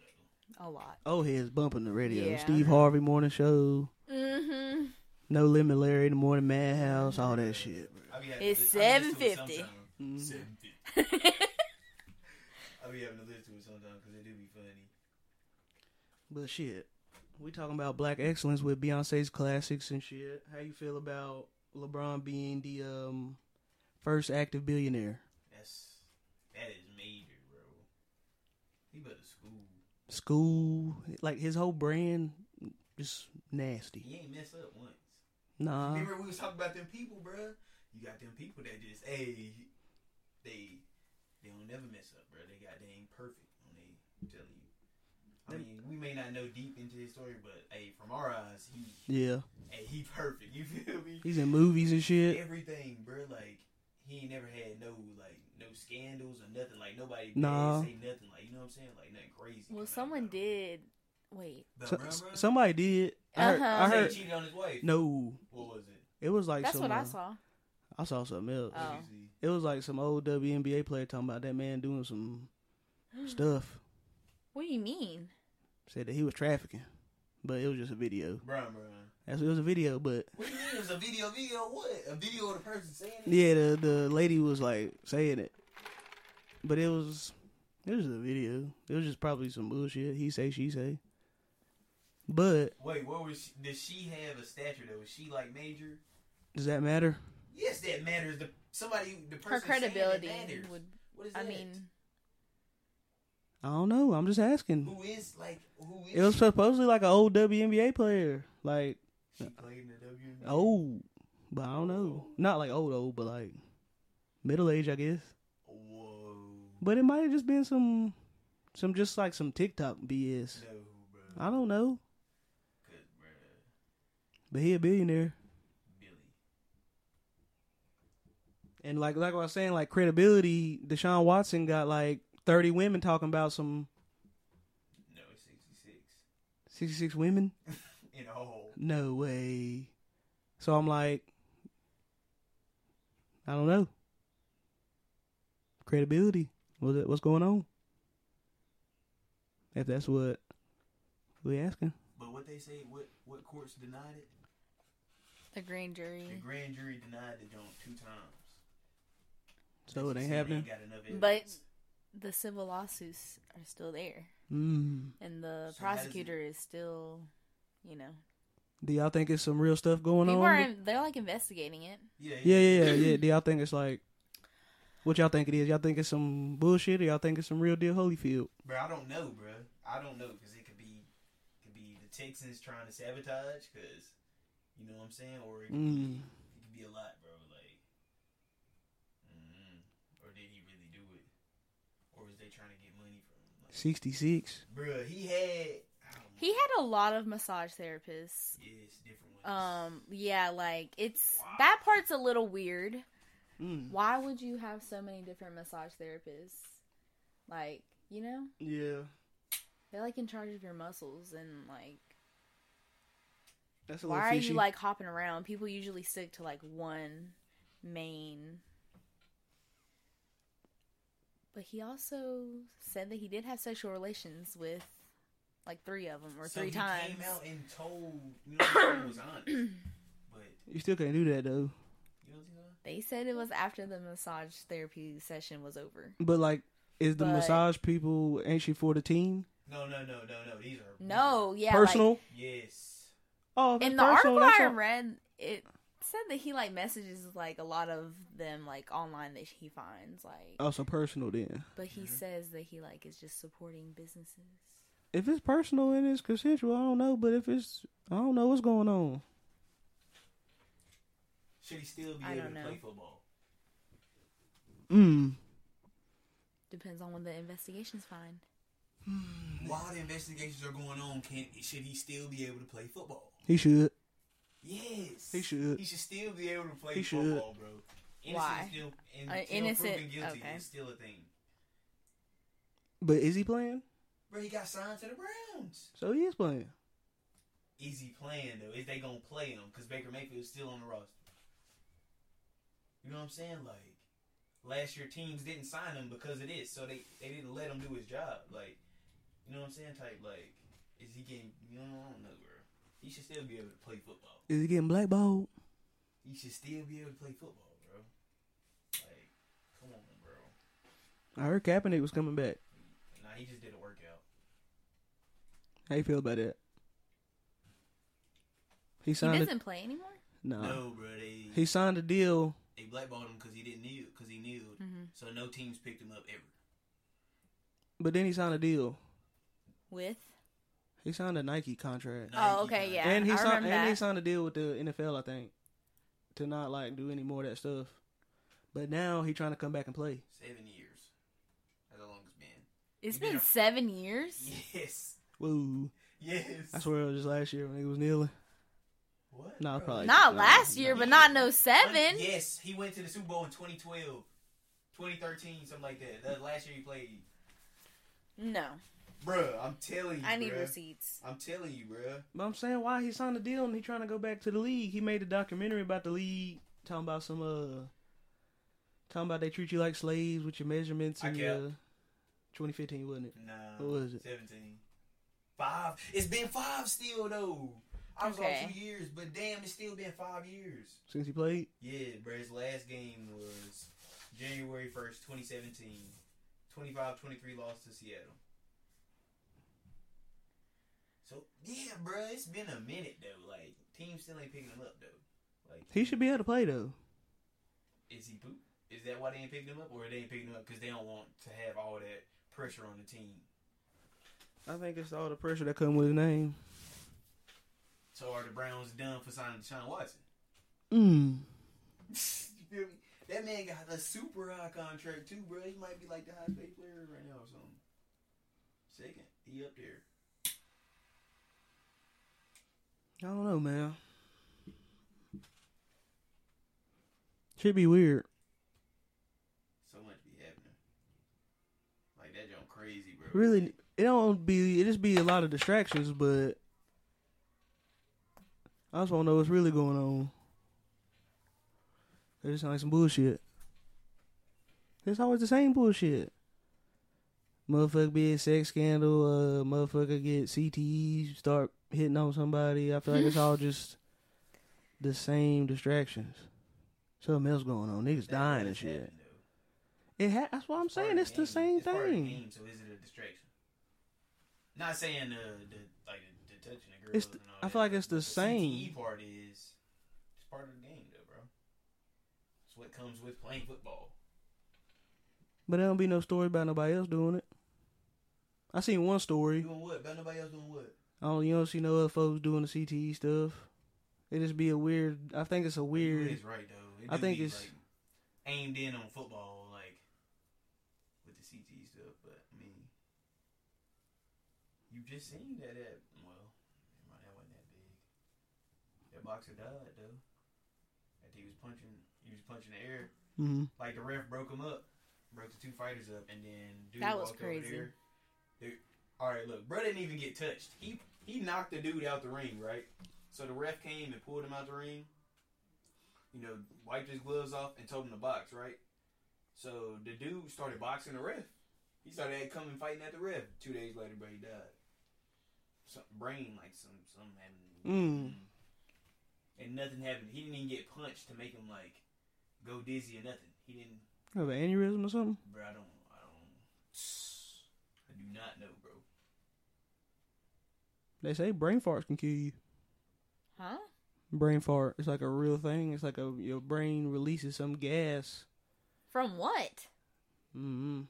[SPEAKER 2] though?
[SPEAKER 3] A lot.
[SPEAKER 1] Oh, he's bumping the radio.
[SPEAKER 3] Yeah.
[SPEAKER 1] Steve Harvey Morning Show,
[SPEAKER 3] Mm-hmm.
[SPEAKER 1] No Limit Larry, The Morning Madhouse, all that shit. bro.
[SPEAKER 2] I be having
[SPEAKER 3] It's
[SPEAKER 2] to lis- I be listening to it
[SPEAKER 3] 750.
[SPEAKER 2] sometime. Seven fifty. I be having to listen to it sometimes because it do be funny.
[SPEAKER 1] But shit, we talking about black excellence with Beyonce's classics and shit. How you feel about LeBron being the um, first active billionaire?
[SPEAKER 2] That's that is major, bro. He better school.
[SPEAKER 1] School, like his whole brand, just nasty.
[SPEAKER 2] He ain't mess up once.
[SPEAKER 1] Nah,
[SPEAKER 2] Remember we was talking about them people, bruh? You got them people that just hey, they they don't never mess up, bruh. They got they ain't perfect when they tell you. I mean, we may not know deep into his story, but hey, from our eyes, he
[SPEAKER 1] yeah,
[SPEAKER 2] hey, he perfect. You feel me?
[SPEAKER 1] he's in movies and shit.
[SPEAKER 2] Everything, bruh. Like he ain't never had no like no scandals or nothing. Like nobody bad
[SPEAKER 1] Nah.
[SPEAKER 2] say nothing. Like you know what I'm saying? Like nothing crazy. come
[SPEAKER 3] Well,
[SPEAKER 2] out
[SPEAKER 3] someone
[SPEAKER 2] about him.
[SPEAKER 3] did. Wait.
[SPEAKER 2] But
[SPEAKER 1] So,
[SPEAKER 2] bruh,
[SPEAKER 1] s-
[SPEAKER 2] bruh,
[SPEAKER 1] somebody did. I heard.
[SPEAKER 3] Uh-huh.
[SPEAKER 1] I
[SPEAKER 2] he said
[SPEAKER 1] heard
[SPEAKER 2] he cheated on his wife.
[SPEAKER 1] no,
[SPEAKER 2] What was it?
[SPEAKER 1] it was like
[SPEAKER 3] That's
[SPEAKER 1] some,
[SPEAKER 3] what
[SPEAKER 1] uh,
[SPEAKER 3] I saw.
[SPEAKER 1] I saw something else.
[SPEAKER 3] Oh.
[SPEAKER 2] Let me see.
[SPEAKER 1] It was like some old WNBA player talking about that man doing some stuff.
[SPEAKER 3] What do you mean?
[SPEAKER 1] Said that he was trafficking, but it was just a video.
[SPEAKER 2] Bruh, bruh.
[SPEAKER 1] That's it was a video, but
[SPEAKER 2] What do you mean? It was a video, video of what? A video of the person saying it?
[SPEAKER 1] yeah, the the lady was like saying it, but it was it was a video. It was just probably some bullshit. He say, she say. But
[SPEAKER 2] Wait, what was? She, did she have a stature though? Was she like major?
[SPEAKER 1] does that matter?
[SPEAKER 2] Yes, that matters. The somebody, the person.
[SPEAKER 3] Her credibility
[SPEAKER 2] saying it matters.
[SPEAKER 3] would.
[SPEAKER 2] What is
[SPEAKER 3] I
[SPEAKER 2] that?
[SPEAKER 3] mean,
[SPEAKER 1] I don't know. I'm just asking.
[SPEAKER 2] who is like who is?
[SPEAKER 1] It was
[SPEAKER 2] she?
[SPEAKER 1] supposedly like an old WNBA player, like
[SPEAKER 2] she played in the WNBA.
[SPEAKER 1] old, but I don't know. Not like old old, but like middle age, I guess.
[SPEAKER 2] Whoa.
[SPEAKER 1] But it might have just been some, some just like some TikTok BS.
[SPEAKER 2] No, bro.
[SPEAKER 1] I don't know.
[SPEAKER 2] Cause, bro,
[SPEAKER 1] But he a billionaire,
[SPEAKER 2] Billy.
[SPEAKER 1] and like like I was saying, like credibility. Deshaun Watson got like thirty women talking about some
[SPEAKER 2] No, it's sixty-six
[SPEAKER 1] sixty six women.
[SPEAKER 2] in a hole.
[SPEAKER 1] No way. So I'm like, I don't know. Credibility. What's what's going on? If that's what we asking.
[SPEAKER 2] But what they say? What what courts denied it?
[SPEAKER 3] the grand
[SPEAKER 2] The
[SPEAKER 3] jury.
[SPEAKER 2] grand jury denied the joint two times.
[SPEAKER 1] So it
[SPEAKER 2] They
[SPEAKER 1] ain't
[SPEAKER 2] said they
[SPEAKER 1] happening.
[SPEAKER 2] got enough
[SPEAKER 3] But-
[SPEAKER 2] evidence.
[SPEAKER 3] The civil lawsuits are still there,
[SPEAKER 1] Mm.
[SPEAKER 3] and the
[SPEAKER 2] So how does it-
[SPEAKER 3] prosecutor is still, you know,
[SPEAKER 1] Do y'all think it's some real stuff going
[SPEAKER 3] people
[SPEAKER 1] on?
[SPEAKER 3] are they're like investigating it.
[SPEAKER 2] yeah,
[SPEAKER 1] Yeah, yeah, yeah, yeah. Do y'all think it's like what y'all think it is? Y'all think it's some bullshit or y'all think it's some real deal Holyfield?
[SPEAKER 2] Bro, I don't know, bro. I don't know because it could be, could be the Texans trying to sabotage, because you know what I'm saying, or it could,
[SPEAKER 1] Mm.
[SPEAKER 2] it could be a lot, bro. Like, mm, or did he really do it, or was they trying to get money from him? Like,
[SPEAKER 1] Sixty six.
[SPEAKER 2] bro, he had. oh I don't
[SPEAKER 3] He
[SPEAKER 2] know.
[SPEAKER 3] had a lot of massage therapists.
[SPEAKER 2] Yeah, it's different ones.
[SPEAKER 3] Um, yeah, like it's
[SPEAKER 2] Wow.
[SPEAKER 3] that part's a little weird.
[SPEAKER 1] Mm.
[SPEAKER 3] Why would you have so many different massage therapists? Like, you know,
[SPEAKER 1] Yeah.
[SPEAKER 3] they're like in charge of your muscles and like
[SPEAKER 1] That's a little
[SPEAKER 3] why are
[SPEAKER 1] fishy.
[SPEAKER 3] you like hopping around? People usually stick to like one main. But he also said that he did have sexual relations with like three of them or
[SPEAKER 2] So
[SPEAKER 3] three
[SPEAKER 2] he
[SPEAKER 3] times.
[SPEAKER 2] Came out and told, you know, what I'm saying, was honest, but
[SPEAKER 1] you still can't do that though.
[SPEAKER 2] you know what I'm saying?
[SPEAKER 3] They said it was after the massage therapy session was over.
[SPEAKER 1] But like, is the
[SPEAKER 3] But-
[SPEAKER 1] massage people ain't she for the team?
[SPEAKER 2] No, no, no, no, no. These are
[SPEAKER 3] No, yeah,
[SPEAKER 1] personal.
[SPEAKER 2] Yes.
[SPEAKER 1] oh, if
[SPEAKER 3] Like,
[SPEAKER 1] it's
[SPEAKER 3] in the
[SPEAKER 1] personal,
[SPEAKER 3] article
[SPEAKER 1] that's
[SPEAKER 3] I
[SPEAKER 1] all-
[SPEAKER 3] read, it said that he like messages like a lot of them like online that he finds like,
[SPEAKER 1] Oh, so personal then.
[SPEAKER 3] but he
[SPEAKER 2] Mhm.
[SPEAKER 3] says that he like is just supporting businesses.
[SPEAKER 1] If it's personal and it's consensual, I don't know. But if it's, I don't know what's going on.
[SPEAKER 2] Should he still be
[SPEAKER 3] I
[SPEAKER 2] able to
[SPEAKER 3] don't know.
[SPEAKER 2] play football?
[SPEAKER 1] Mm.
[SPEAKER 3] Depends on what the investigations find.
[SPEAKER 2] While the investigations are going on, can should he still be able to play football?
[SPEAKER 1] He should.
[SPEAKER 2] Yes,
[SPEAKER 1] He should.
[SPEAKER 2] He should still be able to play
[SPEAKER 1] He should.
[SPEAKER 2] football, bro. Innocent
[SPEAKER 3] Why?
[SPEAKER 2] Still, and
[SPEAKER 3] Uh,
[SPEAKER 2] still
[SPEAKER 3] innocent-
[SPEAKER 2] proven guilty
[SPEAKER 3] okay.
[SPEAKER 2] is still a thing.
[SPEAKER 1] But is he playing?
[SPEAKER 2] Bro, he got signed to the Browns.
[SPEAKER 1] So he is playing.
[SPEAKER 2] Is he playing though? Is they gonna play him? Because Baker Mayfield's still on the roster. You know what I'm saying? Like last year, teams didn't sign him because of this, so they they didn't let him do his job. Like you know what I'm saying? Type like, is he getting? You know, I don't know, bro. He should still be able to play football.
[SPEAKER 1] Is he getting blackballed?
[SPEAKER 2] You should still be able to play football, bro. Like, come on, bro.
[SPEAKER 1] I heard Kaepernick was coming back.
[SPEAKER 2] Nah, he just did a workout.
[SPEAKER 1] How you feel about that? He
[SPEAKER 3] He
[SPEAKER 1] signed.
[SPEAKER 3] doesn't play anymore.
[SPEAKER 1] a, no.
[SPEAKER 2] No, bro. They
[SPEAKER 1] He signed a deal.
[SPEAKER 2] they blackballed him because he didn't kneel because he kneeled.
[SPEAKER 3] Mhm.
[SPEAKER 2] So no teams picked him up ever.
[SPEAKER 1] But then he signed a deal.
[SPEAKER 3] With
[SPEAKER 1] He signed a Nike contract.
[SPEAKER 2] Nike
[SPEAKER 3] oh, okay,
[SPEAKER 2] contract.
[SPEAKER 3] yeah,
[SPEAKER 1] and he
[SPEAKER 3] I
[SPEAKER 1] signed
[SPEAKER 3] remember
[SPEAKER 1] and
[SPEAKER 3] that.
[SPEAKER 1] he signed a deal with the NFL, I think, to not like do any more of that stuff. But now he trying to come back and play.
[SPEAKER 2] Seven years. That's how long it's been.
[SPEAKER 3] it's
[SPEAKER 2] he been
[SPEAKER 3] been
[SPEAKER 2] a-
[SPEAKER 3] seven years.
[SPEAKER 2] Yes.
[SPEAKER 1] Woo!
[SPEAKER 2] Yes.
[SPEAKER 1] I swear it was just last year when he was kneeling.
[SPEAKER 2] What?
[SPEAKER 1] Nah,
[SPEAKER 2] bro?
[SPEAKER 1] probably-
[SPEAKER 3] Not
[SPEAKER 1] no,
[SPEAKER 3] last
[SPEAKER 1] no.
[SPEAKER 3] year, but not no
[SPEAKER 2] Like,
[SPEAKER 3] seven.
[SPEAKER 2] Yes, he went to the Super Bowl in 2012, 2013, something like that. That last year he played.
[SPEAKER 3] No,
[SPEAKER 2] Bruh, I'm telling you.
[SPEAKER 3] I need
[SPEAKER 2] bruh.
[SPEAKER 3] receipts.
[SPEAKER 2] I'm telling you, bruh.
[SPEAKER 1] But I'm saying why he signed a deal and he trying to go back to the league. He made a documentary about the league, talking about some uh, talking about they treat you like slaves with your measurements.
[SPEAKER 2] I
[SPEAKER 1] And,
[SPEAKER 2] kept.
[SPEAKER 1] uh, 2015 wasn't it?
[SPEAKER 2] Nah.
[SPEAKER 1] What was it?
[SPEAKER 2] 17. Five. It's been five still, though. I was
[SPEAKER 3] Okay.
[SPEAKER 2] off two years, but damn, it's still been five years.
[SPEAKER 1] Since he played,
[SPEAKER 2] Yeah, bro, his last game was January 1st, 2017. 25 23 loss to Seattle. So, yeah, bro, it's been a minute, though. Like, team still ain't picking him up, though. Like,
[SPEAKER 1] he should be able to play though.
[SPEAKER 2] Is he poop? Is that why they ain't picking him up? Or they ain't picking him up because they don't want to have all that pressure on the team?
[SPEAKER 1] I think it's all the pressure that come with his name.
[SPEAKER 2] So, are the Browns done for signing Deshaun Watson?
[SPEAKER 1] Mm.
[SPEAKER 2] you feel me? That man got a super high contract too, bro. He might be like the highest paid player right now or something. Second, he up there.
[SPEAKER 1] I don't know, man. Should be weird.
[SPEAKER 2] So much be happening. Like that jump crazy, bro.
[SPEAKER 1] Really, it don't be. It just be a lot of distractions, but I just want to know what's really going on. It just sounds like some bullshit. It's always the same bullshit. Motherfucker be a sex scandal. Uh, motherfucker get CTE. Start hitting on somebody. I feel like it's all just the same distractions. Something else going on. Niggas
[SPEAKER 2] That
[SPEAKER 1] dying
[SPEAKER 2] does
[SPEAKER 1] and shit.
[SPEAKER 2] happen, though.
[SPEAKER 1] It ha- that's what I'm
[SPEAKER 2] It's part
[SPEAKER 1] saying.
[SPEAKER 2] of
[SPEAKER 1] It's the
[SPEAKER 2] game.
[SPEAKER 1] same
[SPEAKER 2] It's part of the
[SPEAKER 1] thing.
[SPEAKER 2] game, so is it a distraction? Not saying the the like the, the touching the girls
[SPEAKER 1] It's the-
[SPEAKER 2] and all
[SPEAKER 1] I
[SPEAKER 2] that,
[SPEAKER 1] feel like it's
[SPEAKER 2] but
[SPEAKER 1] the same.
[SPEAKER 2] CTE E part is it's part of the game, though, bro. It's what comes with playing football.
[SPEAKER 1] But there don't be no story about nobody else doing it. I seen one
[SPEAKER 2] You
[SPEAKER 1] story.
[SPEAKER 2] doing what? About nobody else doing what?
[SPEAKER 1] I don't, you don't see no other folks doing the CTE stuff. It just be a weird. I think it's a
[SPEAKER 2] It
[SPEAKER 1] weird.
[SPEAKER 2] is right though. It
[SPEAKER 1] I
[SPEAKER 2] do
[SPEAKER 1] think
[SPEAKER 2] be,
[SPEAKER 1] it's-
[SPEAKER 2] like, aimed in on football, like with the CT stuff. But I mean, you just seen that at well, never mind, that wasn't that big. That boxer died though. That he was punching, he was punching the air.
[SPEAKER 1] Mm-hmm.
[SPEAKER 2] Like the ref broke him up, broke the two fighters up, and then dude
[SPEAKER 3] That was
[SPEAKER 2] walked
[SPEAKER 3] crazy.
[SPEAKER 2] over there. Dude, all right, look, bro didn't even get touched. He he knocked the dude out the ring, right? So the ref came and pulled him out the ring. You know, wiped his gloves off and told him to box, right? So the dude started boxing the ref. He started coming fighting at the ref. Two days later, bro, he died. Some brain like some some happened.
[SPEAKER 1] Mm.
[SPEAKER 2] And nothing happened. He didn't even get punched to make him like go dizzy or nothing. He didn't
[SPEAKER 1] Have an aneurysm or something.
[SPEAKER 2] Bro, I don't, I don't, I do not know, bro.
[SPEAKER 1] They say brain farts can kill you.
[SPEAKER 3] huh?
[SPEAKER 1] Brain fart. It's like a real thing. It's like a your brain releases some gas.
[SPEAKER 3] From what?
[SPEAKER 1] Mm-hmm.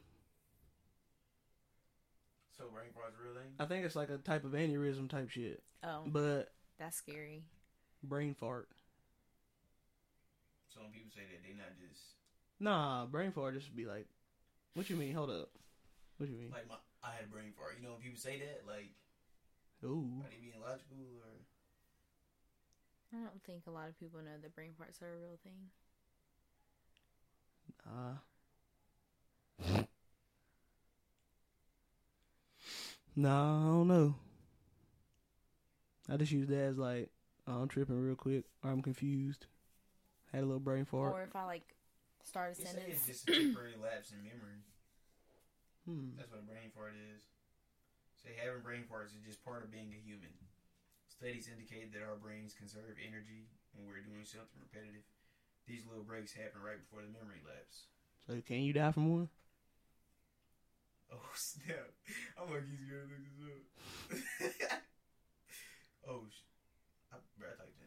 [SPEAKER 2] So brain fart's real thing.
[SPEAKER 1] I think it's like a type of aneurysm type shit.
[SPEAKER 3] Oh,
[SPEAKER 1] But
[SPEAKER 3] that's scary.
[SPEAKER 1] brain fart.
[SPEAKER 2] Some people say that they not just
[SPEAKER 1] Nah, brain fart just be like, what you mean? Hold up. What you mean?
[SPEAKER 2] like my. I had a brain fart. You know, when people say that, like,
[SPEAKER 1] Ooh.
[SPEAKER 2] are they being logical or?
[SPEAKER 3] I don't think a lot of people know that brain parts are a real thing.
[SPEAKER 1] Uh. Nah, I don't know. I just use that as like oh, I'm tripping real quick. Or I'm confused. Had a little brain fart.
[SPEAKER 3] Or if I like start a
[SPEAKER 2] It's,
[SPEAKER 3] sentence.
[SPEAKER 2] it's just a temporary lapse in memory.
[SPEAKER 1] Hmm.
[SPEAKER 2] That's what a brain fart is. Say having brain farts is just part of being a human. Studies indicate that our brains conserve energy when we're doing something repetitive. These little breaks happen right before the memory lapse.
[SPEAKER 1] So can you die from one?
[SPEAKER 2] Oh snap! I'm gonna keep scared to look this up. oh, sh- I, bro, I thought you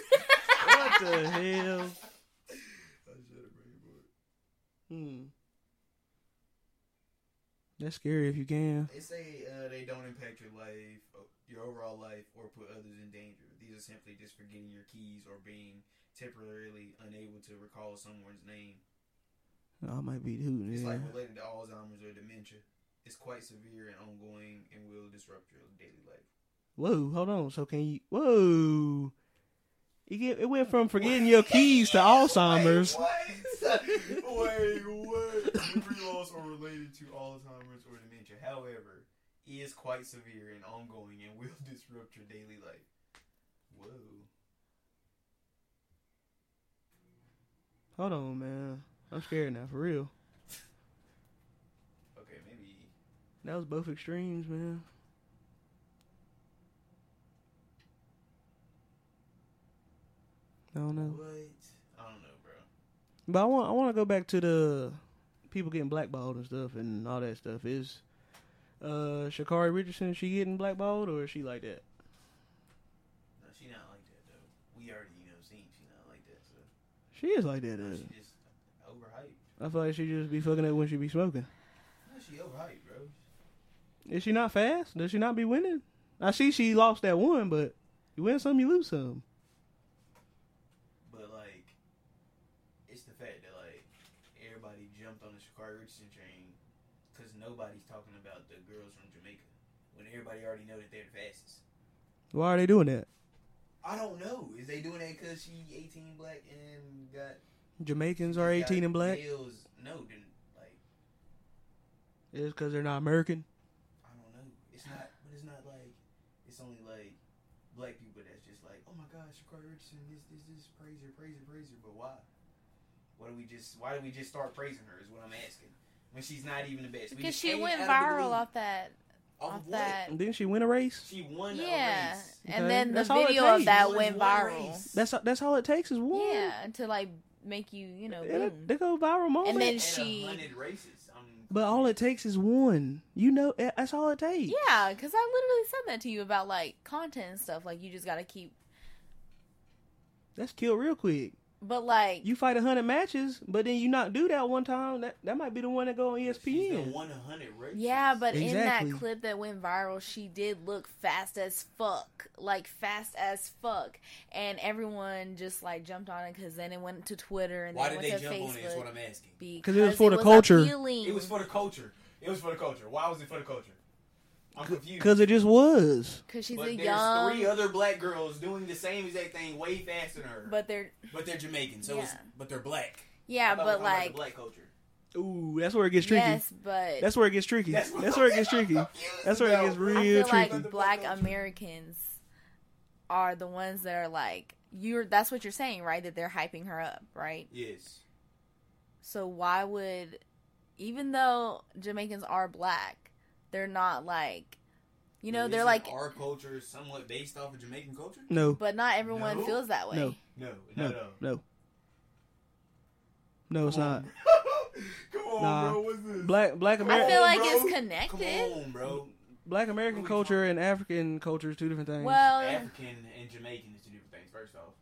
[SPEAKER 2] were scared.
[SPEAKER 1] What the hell?
[SPEAKER 2] I should have brain fart.
[SPEAKER 1] Hmm. That's scary if you can.
[SPEAKER 2] They say uh, they don't impact your life, o- your overall life, or put others in danger. These are simply just forgetting your keys or being temporarily unable to recall someone's name.
[SPEAKER 1] I might be hooting.
[SPEAKER 2] It's
[SPEAKER 1] Yeah.
[SPEAKER 2] like related to Alzheimer's or dementia. It's quite severe and ongoing and will disrupt your daily life.
[SPEAKER 1] Whoa, hold on. So can you? Whoa. It, get, it went from forgetting your keys to Alzheimer's.
[SPEAKER 2] Wait, what? Wait, what? Memory loss or related to Alzheimer's or dementia. However, is quite severe and ongoing and will disrupt your daily life. Whoa.
[SPEAKER 1] Hold on, man. I'm scared now, for real.
[SPEAKER 2] Okay, maybe.
[SPEAKER 1] That was both extremes, man. I don't know.
[SPEAKER 2] What? I don't know, bro.
[SPEAKER 1] But I want I want to go back to the people getting blackballed and stuff and all that stuff. Is uh Shakari Richardson is she getting blackballed or is she like that?
[SPEAKER 2] No, she not like that though. We already, you know, seen she not like that. So
[SPEAKER 1] She is like that.
[SPEAKER 2] No,
[SPEAKER 1] Though.
[SPEAKER 2] she just overhyped.
[SPEAKER 1] I feel like she just be fucking up when she be smoking.
[SPEAKER 2] No, she overhyped, bro.
[SPEAKER 1] Is she not fast? Does she not be winning? I see she lost that one, but you win some, you lose some.
[SPEAKER 2] But like, it's the fact that like everybody jumped on the Shakari Richardson train because nobody's talking about the girls from Jamaica when everybody already know that they're the fastest.
[SPEAKER 1] Why are they doing that?
[SPEAKER 2] I don't know. Is they doing that because she 18 black and got
[SPEAKER 1] Jamaicans are
[SPEAKER 2] got
[SPEAKER 1] 18 and black.
[SPEAKER 2] Nails? No, then like
[SPEAKER 1] It's because they're not American.
[SPEAKER 2] I don't know. It's not, but it's not like it's only like black people that's just like, oh my gosh, Shakari Richardson, this, this, this, praise her, praise her, praise her. But why? Why do we just? Why do we just start praising her? Is what I'm asking. When she's not even the best. We
[SPEAKER 3] Because
[SPEAKER 2] just
[SPEAKER 3] she
[SPEAKER 2] came
[SPEAKER 3] went
[SPEAKER 2] out of the
[SPEAKER 3] viral
[SPEAKER 2] league.
[SPEAKER 3] off that,
[SPEAKER 2] Off
[SPEAKER 3] off
[SPEAKER 2] of what?
[SPEAKER 3] that.
[SPEAKER 1] And then she win a race.
[SPEAKER 2] She won a
[SPEAKER 3] Yeah,
[SPEAKER 2] race.
[SPEAKER 1] Okay,
[SPEAKER 3] and then the
[SPEAKER 1] that's all it
[SPEAKER 3] video of
[SPEAKER 1] takes.
[SPEAKER 2] She
[SPEAKER 3] that
[SPEAKER 2] won
[SPEAKER 3] went
[SPEAKER 2] one
[SPEAKER 3] viral.
[SPEAKER 2] race.
[SPEAKER 1] That's that's all it takes is one.
[SPEAKER 3] Yeah, to like make you, you know,
[SPEAKER 1] Yeah,
[SPEAKER 3] boom.
[SPEAKER 1] They go viral moment.
[SPEAKER 3] And then
[SPEAKER 2] And a
[SPEAKER 3] she-
[SPEAKER 2] hundred races. I'm-
[SPEAKER 1] But all it takes is one. You know, eh, that's all it takes.
[SPEAKER 3] yeah, because I literally said that to you about like content and stuff. Like you just gotta keep,
[SPEAKER 1] That's killed real quick.
[SPEAKER 3] but like
[SPEAKER 1] You fight a hundred matches, but then you not do that one time. That that might be the one that go on E
[SPEAKER 2] She's done
[SPEAKER 1] ESPN.
[SPEAKER 2] won a hundred races.
[SPEAKER 3] Yeah, but in
[SPEAKER 1] Exactly.
[SPEAKER 3] that clip that went viral, she did look fast as fuck, like fast as fuck, and everyone just like jumped on it because then it went to Twitter and
[SPEAKER 2] why
[SPEAKER 3] then
[SPEAKER 2] did
[SPEAKER 3] it
[SPEAKER 2] they jump
[SPEAKER 3] went to
[SPEAKER 2] on it? Is what
[SPEAKER 3] Facebook
[SPEAKER 2] I'm asking.
[SPEAKER 3] because
[SPEAKER 1] it was for the culture.
[SPEAKER 3] appealing.
[SPEAKER 2] It was for the culture. It was for the culture. Why was it for the culture? I'm confused.
[SPEAKER 1] Because it just was.
[SPEAKER 3] 'Cause she's
[SPEAKER 2] but
[SPEAKER 3] a
[SPEAKER 2] there's
[SPEAKER 3] young,
[SPEAKER 2] three other black girls doing the same exact thing way faster than her.
[SPEAKER 3] but they're
[SPEAKER 2] but they're Jamaican, so it's
[SPEAKER 3] Yeah.
[SPEAKER 2] but they're black. I
[SPEAKER 3] yeah,
[SPEAKER 2] thought we were
[SPEAKER 3] but
[SPEAKER 2] talking about the
[SPEAKER 3] like
[SPEAKER 2] black culture.
[SPEAKER 1] Ooh, that's where it gets tricky.
[SPEAKER 3] yes, but
[SPEAKER 1] That's where it gets tricky. That's, where it gets tricky.
[SPEAKER 2] I'm confused
[SPEAKER 1] That's where it
[SPEAKER 2] about.
[SPEAKER 1] gets real
[SPEAKER 3] I feel
[SPEAKER 1] tricky.
[SPEAKER 3] like black Americans are the ones that are like you're. That's what you're saying, right? That they're hyping her up, right?
[SPEAKER 2] Yes,
[SPEAKER 3] So why would, even though Jamaicans are black, they're not like, you know,
[SPEAKER 2] But
[SPEAKER 3] they're
[SPEAKER 2] isn't
[SPEAKER 3] like,
[SPEAKER 2] our culture is somewhat based off of Jamaican culture.
[SPEAKER 1] No,
[SPEAKER 3] but not everyone
[SPEAKER 2] No.
[SPEAKER 3] feels that way.
[SPEAKER 1] No.
[SPEAKER 2] No,
[SPEAKER 1] no,
[SPEAKER 2] no.
[SPEAKER 1] no, no. It's not
[SPEAKER 2] Come on,
[SPEAKER 1] Nah.
[SPEAKER 2] bro. What's this?
[SPEAKER 1] black. Black
[SPEAKER 2] Come
[SPEAKER 3] I
[SPEAKER 1] American,
[SPEAKER 3] feel
[SPEAKER 2] on,
[SPEAKER 3] like
[SPEAKER 2] bro.
[SPEAKER 3] it's
[SPEAKER 2] Come
[SPEAKER 3] connected.
[SPEAKER 2] on, bro.
[SPEAKER 1] black American
[SPEAKER 2] What we
[SPEAKER 1] culture and African culture is two different things.
[SPEAKER 3] Well,
[SPEAKER 2] African and Jamaican is two different things. First off,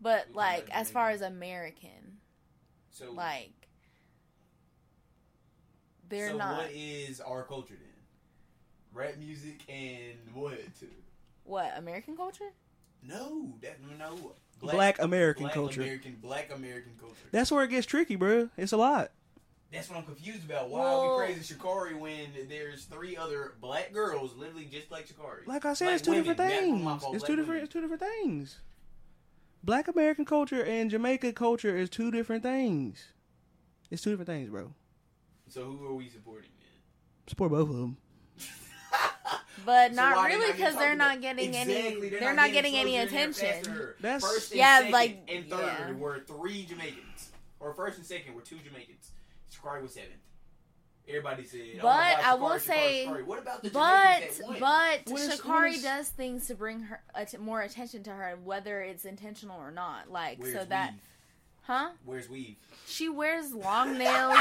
[SPEAKER 3] but
[SPEAKER 2] we talking
[SPEAKER 3] like
[SPEAKER 2] about
[SPEAKER 3] as far as American,
[SPEAKER 2] so
[SPEAKER 3] like they're
[SPEAKER 2] so
[SPEAKER 3] not
[SPEAKER 2] what
[SPEAKER 3] what,
[SPEAKER 2] is our culture then? Rap music and what?
[SPEAKER 3] American culture.
[SPEAKER 2] No, that no.
[SPEAKER 1] black, American
[SPEAKER 2] black
[SPEAKER 1] culture.
[SPEAKER 2] American, black American culture.
[SPEAKER 1] That's where it gets tricky, bro. It's a lot.
[SPEAKER 2] That's what I'm confused about. Why
[SPEAKER 3] Well-
[SPEAKER 2] are we praising Shikari when there's three other black girls literally just like Shikari?
[SPEAKER 1] Like I said,
[SPEAKER 2] Black
[SPEAKER 1] it's two
[SPEAKER 2] women,
[SPEAKER 1] different
[SPEAKER 2] not
[SPEAKER 1] things.
[SPEAKER 2] my fault,
[SPEAKER 1] it's
[SPEAKER 2] black
[SPEAKER 1] two different.
[SPEAKER 2] women.
[SPEAKER 1] It's two different things. Black American culture and Jamaica culture is two different things. It's two different things, bro.
[SPEAKER 2] So who are we supporting then?
[SPEAKER 1] Support both of them.
[SPEAKER 3] but
[SPEAKER 2] So
[SPEAKER 3] not
[SPEAKER 2] why they
[SPEAKER 3] really
[SPEAKER 2] not
[SPEAKER 3] because
[SPEAKER 2] getting
[SPEAKER 3] they're
[SPEAKER 2] talked
[SPEAKER 3] not getting
[SPEAKER 2] Exactly,
[SPEAKER 3] any. They're, not getting, any
[SPEAKER 2] closer in there
[SPEAKER 3] attention.
[SPEAKER 2] faster.
[SPEAKER 1] That's-
[SPEAKER 2] first and
[SPEAKER 3] Yeah,
[SPEAKER 2] second
[SPEAKER 3] like,
[SPEAKER 2] and third
[SPEAKER 3] yeah.
[SPEAKER 2] were three Jamaicans, or first and second were two Jamaicans. Shakari was seventh. Everybody said, oh my God,
[SPEAKER 3] But I
[SPEAKER 2] Shaqari,
[SPEAKER 3] will
[SPEAKER 2] Shaqari,
[SPEAKER 3] say-
[SPEAKER 2] Shaqari. what about the
[SPEAKER 3] But
[SPEAKER 2] Jamaicans that won?
[SPEAKER 3] but
[SPEAKER 1] What is-
[SPEAKER 3] Shakari
[SPEAKER 1] what is-
[SPEAKER 3] does things to bring her att- more attention to her, whether it's intentional or not. Like
[SPEAKER 2] Where's
[SPEAKER 3] so that,
[SPEAKER 2] Weave?
[SPEAKER 3] huh?
[SPEAKER 2] where's Weave?
[SPEAKER 3] She wears long nails.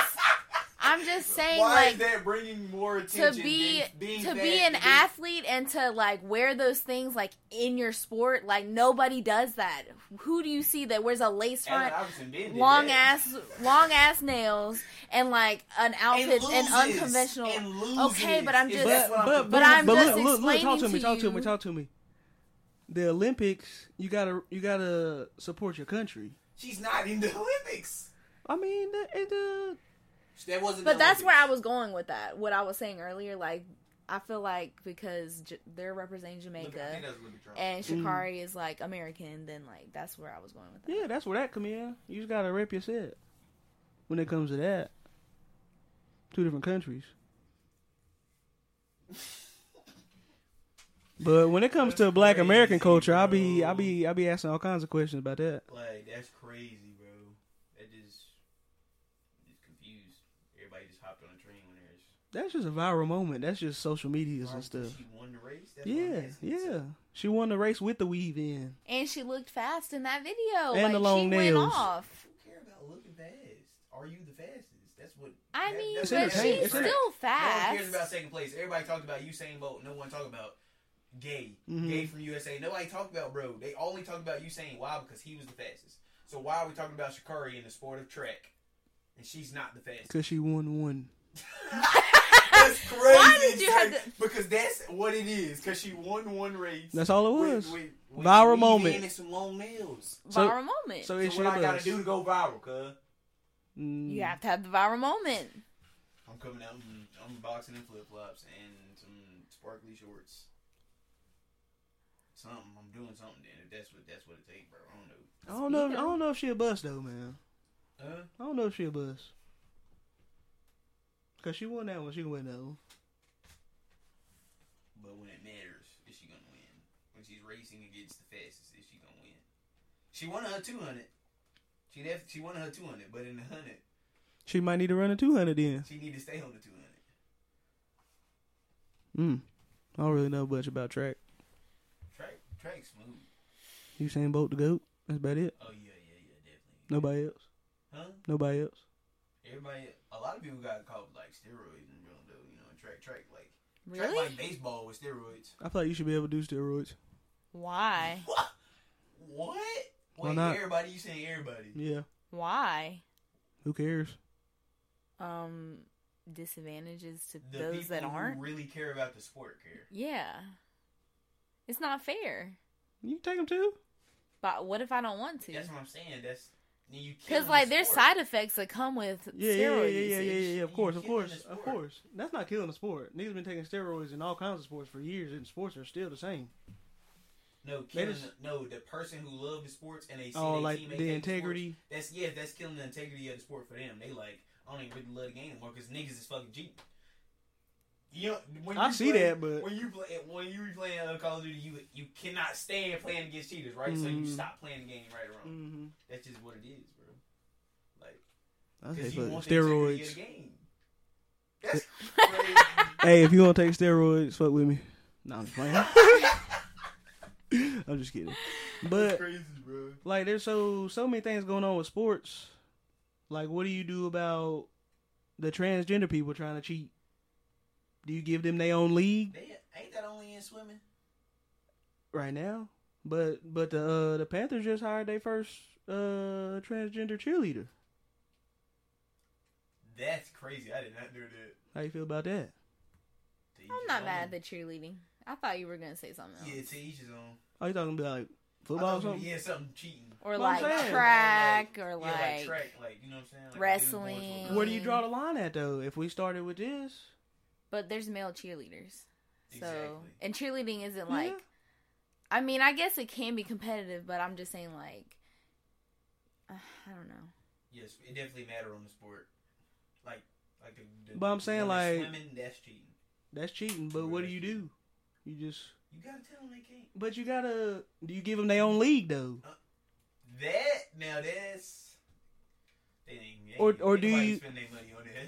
[SPEAKER 3] I'm just saying,
[SPEAKER 2] Why
[SPEAKER 3] like
[SPEAKER 2] is that bringing more
[SPEAKER 3] to
[SPEAKER 2] attention
[SPEAKER 3] be
[SPEAKER 2] than being
[SPEAKER 3] to
[SPEAKER 2] that-
[SPEAKER 3] be an
[SPEAKER 2] than-
[SPEAKER 3] athlete and to like wear those things like in your sport like nobody does that who do you see that wears a lace
[SPEAKER 2] Allen
[SPEAKER 3] front
[SPEAKER 2] Iverson did that.
[SPEAKER 3] long ass long ass nails and like an outfit and,
[SPEAKER 2] loses,
[SPEAKER 3] unconventional
[SPEAKER 2] and loses.
[SPEAKER 3] Okay, but I'm
[SPEAKER 2] Is
[SPEAKER 3] just-
[SPEAKER 2] that
[SPEAKER 1] But
[SPEAKER 2] what I'm
[SPEAKER 1] but
[SPEAKER 3] But
[SPEAKER 1] but,
[SPEAKER 3] I'm
[SPEAKER 1] but
[SPEAKER 3] just
[SPEAKER 1] look, look, look, talk to
[SPEAKER 3] explaining
[SPEAKER 1] me,
[SPEAKER 3] to
[SPEAKER 1] talk to me,
[SPEAKER 3] you-
[SPEAKER 1] talk to me. The Olympics, you gotta you gotta support your country.
[SPEAKER 2] She's not in the Olympics.
[SPEAKER 1] I mean, the, it, uh,
[SPEAKER 2] That wasn't.
[SPEAKER 3] but
[SPEAKER 2] the
[SPEAKER 3] that's where
[SPEAKER 2] Olympics.
[SPEAKER 3] i was going with that what i was saying earlier like i feel like because J- they're representing
[SPEAKER 2] Look, I think
[SPEAKER 3] jamaica
[SPEAKER 2] that was Olympic trials.
[SPEAKER 3] and
[SPEAKER 1] Mm.
[SPEAKER 3] shakari is like american then like that's where i was going with that
[SPEAKER 1] yeah, that's where that come in. You just gotta rep your set. When it comes to that, two different countries. But when it comes to
[SPEAKER 2] That's
[SPEAKER 1] Black
[SPEAKER 2] crazy,
[SPEAKER 1] American culture, I be
[SPEAKER 2] bro.
[SPEAKER 1] I be I be asking all kinds of questions about that.
[SPEAKER 2] Like that's crazy, bro. That just just confused. Everybody just hopped on a train when there's
[SPEAKER 1] That's just a viral moment. That's just social medias and
[SPEAKER 2] Barbie,
[SPEAKER 1] stuff.
[SPEAKER 2] She won the race. That's
[SPEAKER 1] Yeah, yeah. She won the race with the weave in.
[SPEAKER 3] and she looked fast in that video
[SPEAKER 1] And
[SPEAKER 3] like
[SPEAKER 1] the long
[SPEAKER 3] she
[SPEAKER 1] nails.
[SPEAKER 3] went off
[SPEAKER 2] Who care about looking fast? Are you the fastest? That's what.
[SPEAKER 3] I
[SPEAKER 2] that-
[SPEAKER 3] mean,
[SPEAKER 1] It's
[SPEAKER 2] that's
[SPEAKER 3] but
[SPEAKER 2] everybody's
[SPEAKER 1] entertaining.
[SPEAKER 3] she's
[SPEAKER 1] It's
[SPEAKER 2] track.
[SPEAKER 1] enter-
[SPEAKER 3] still
[SPEAKER 2] No one cares about
[SPEAKER 3] fast.
[SPEAKER 2] second place. Everybody talked about Usain Bolt. No one talked about Gay,
[SPEAKER 1] Mhm.
[SPEAKER 2] Gay from USA. Nobody talked about bro. They only talked about Usain. Why? Because he was the fastest. So why are we talking about Shakari in the sport of track? And she's not the fastest.
[SPEAKER 1] Cause she won one.
[SPEAKER 2] That's crazy.
[SPEAKER 3] Why did you have to-
[SPEAKER 2] Because that's what it is. Because she won one race.
[SPEAKER 1] That's all it was.
[SPEAKER 2] With, with, with
[SPEAKER 1] Viral
[SPEAKER 2] weave
[SPEAKER 1] moment.
[SPEAKER 2] in And some long nails.
[SPEAKER 1] So-
[SPEAKER 3] viral moment.
[SPEAKER 1] so
[SPEAKER 2] So
[SPEAKER 1] it's
[SPEAKER 2] what
[SPEAKER 1] your
[SPEAKER 2] I gotta
[SPEAKER 1] bus.
[SPEAKER 2] do to go viral, cuz?
[SPEAKER 1] Mm,
[SPEAKER 3] you have to have the viral moment.
[SPEAKER 2] I'm coming out. in- I'm boxing in flip flops and some sparkly shorts. Something. I'm doing something. Then if that's what that's what it takes, bro. I don't know.
[SPEAKER 1] I don't know. If, I don't know if she a bust though, man.
[SPEAKER 2] Huh?
[SPEAKER 1] I don't know if she a bust. Cause she won that one. She can win that one.
[SPEAKER 2] But when it matters, is she gonna win? When she's racing against the fastest, is she gonna win? She won her 200. She def- she won her 200, but in the 100,
[SPEAKER 1] She might need to run a two hundred then.
[SPEAKER 2] she need to stay on the 200. Hmm.
[SPEAKER 1] Mm. I don't really know much about track.
[SPEAKER 2] Track track smooth.
[SPEAKER 1] Usain Bolt the goat. That's about it.
[SPEAKER 2] Oh yeah, yeah, yeah, definitely.
[SPEAKER 1] Nobody else.
[SPEAKER 2] Huh?
[SPEAKER 1] Nobody else.
[SPEAKER 2] Everybody, a lot of people got caught with, like steroids and real though. You know, in track track like track
[SPEAKER 3] Really?
[SPEAKER 2] like baseball with steroids.
[SPEAKER 1] I feel like you should be able to do steroids.
[SPEAKER 3] Why?
[SPEAKER 2] What? What?
[SPEAKER 1] Why
[SPEAKER 2] Wait,
[SPEAKER 1] not?
[SPEAKER 2] everybody, you saying everybody?
[SPEAKER 1] Yeah.
[SPEAKER 3] Why?
[SPEAKER 1] Who cares?
[SPEAKER 3] Um, disadvantages to
[SPEAKER 2] The
[SPEAKER 3] those
[SPEAKER 2] people
[SPEAKER 3] that aren't.
[SPEAKER 2] who really care about the sport care.
[SPEAKER 3] yeah, it's not fair.
[SPEAKER 1] You can take them too.
[SPEAKER 3] But what if I don't want to?
[SPEAKER 2] That's what I'm saying. That's then you
[SPEAKER 3] Because
[SPEAKER 2] killing
[SPEAKER 3] like
[SPEAKER 2] the
[SPEAKER 3] there's
[SPEAKER 2] sport.
[SPEAKER 3] side effects that come with
[SPEAKER 1] Yeah, yeah, yeah,
[SPEAKER 3] steroid
[SPEAKER 1] yeah, yeah,
[SPEAKER 3] usage.
[SPEAKER 1] yeah, yeah. Of
[SPEAKER 2] You
[SPEAKER 1] course, of
[SPEAKER 2] killing
[SPEAKER 1] course,
[SPEAKER 2] the
[SPEAKER 1] of
[SPEAKER 2] sport.
[SPEAKER 1] course. That's not killing the sport. Niggas been taking steroids in all kinds of sports for years, and sports are still the same.
[SPEAKER 2] No, killing
[SPEAKER 1] just-
[SPEAKER 2] the, no the person who loved the sports and they see
[SPEAKER 1] Oh,
[SPEAKER 2] their
[SPEAKER 1] like
[SPEAKER 2] teammate
[SPEAKER 1] the
[SPEAKER 2] taking
[SPEAKER 1] integrity.
[SPEAKER 2] sports, that's yeah, that's killing the integrity of the sport for them. They like I don't even really love the game anymore because niggas is fucking cheap. You know, when
[SPEAKER 1] I
[SPEAKER 2] you
[SPEAKER 1] see
[SPEAKER 2] play-
[SPEAKER 1] that, but-
[SPEAKER 2] when you play when you playing uh, Call of Duty, you you cannot stand playing against cheaters, right? So you
[SPEAKER 1] Mhm.
[SPEAKER 2] stop playing the game right or wrong.
[SPEAKER 1] Mm-hmm.
[SPEAKER 2] That's just what it is, bro. Like
[SPEAKER 1] I say
[SPEAKER 2] 'cause you
[SPEAKER 1] fuck
[SPEAKER 2] want the integrity of
[SPEAKER 1] steroids.
[SPEAKER 2] the game. That's crazy.
[SPEAKER 1] hey, if you want to take steroids, fuck with me. No, I'm just playing. I'm just kidding.
[SPEAKER 2] That's
[SPEAKER 1] But
[SPEAKER 2] crazy, bro.
[SPEAKER 1] like, there's so so many things going on with sports. Like, what do you do about the transgender people trying to cheat? Do you give them their own league
[SPEAKER 2] They, ain't that only in swimming?
[SPEAKER 1] right now? But but the uh, the Panthers just hired their first uh, transgender cheerleader.
[SPEAKER 2] That's crazy. I did not do that.
[SPEAKER 1] How you feel about that?
[SPEAKER 2] To
[SPEAKER 3] I'm
[SPEAKER 2] each
[SPEAKER 3] not
[SPEAKER 2] his
[SPEAKER 3] mad
[SPEAKER 2] own.
[SPEAKER 3] at the cheerleading. I thought you were gonna say something else.
[SPEAKER 2] Um, Yeah, to each his own.
[SPEAKER 1] Are Oh, you talking about like
[SPEAKER 2] I
[SPEAKER 1] football or
[SPEAKER 2] thought you-
[SPEAKER 1] something?
[SPEAKER 2] Yeah, something cheating.
[SPEAKER 3] Or
[SPEAKER 1] Well, I'm
[SPEAKER 3] like
[SPEAKER 1] saying.
[SPEAKER 3] track, or
[SPEAKER 2] yeah, like
[SPEAKER 3] like
[SPEAKER 2] track, like you know what I'm saying? Like,
[SPEAKER 3] wrestling.
[SPEAKER 2] dude going to a-
[SPEAKER 1] Where do you draw the line at though? If we started with this,
[SPEAKER 3] But there's male cheerleaders. So
[SPEAKER 2] Exactly.
[SPEAKER 3] and cheerleading isn't like
[SPEAKER 1] Yeah.
[SPEAKER 3] I mean, I guess it can be competitive, but I'm just saying like uh, I don't know.
[SPEAKER 2] Yes, it definitely matter on the sport. Like, like the. the
[SPEAKER 1] But I'm
[SPEAKER 2] the
[SPEAKER 1] saying,
[SPEAKER 2] one that's
[SPEAKER 1] like-
[SPEAKER 2] swimming, that's cheating.
[SPEAKER 1] that's cheating. But what do you do? You just,
[SPEAKER 2] You gotta tell them they can't.
[SPEAKER 1] but you gotta. Do you give them their own league though?
[SPEAKER 2] That now that's they ain't. They
[SPEAKER 1] Or-
[SPEAKER 2] ain't-
[SPEAKER 1] or
[SPEAKER 2] ain't
[SPEAKER 1] do
[SPEAKER 2] nobody
[SPEAKER 1] you-
[SPEAKER 2] spend their money on that?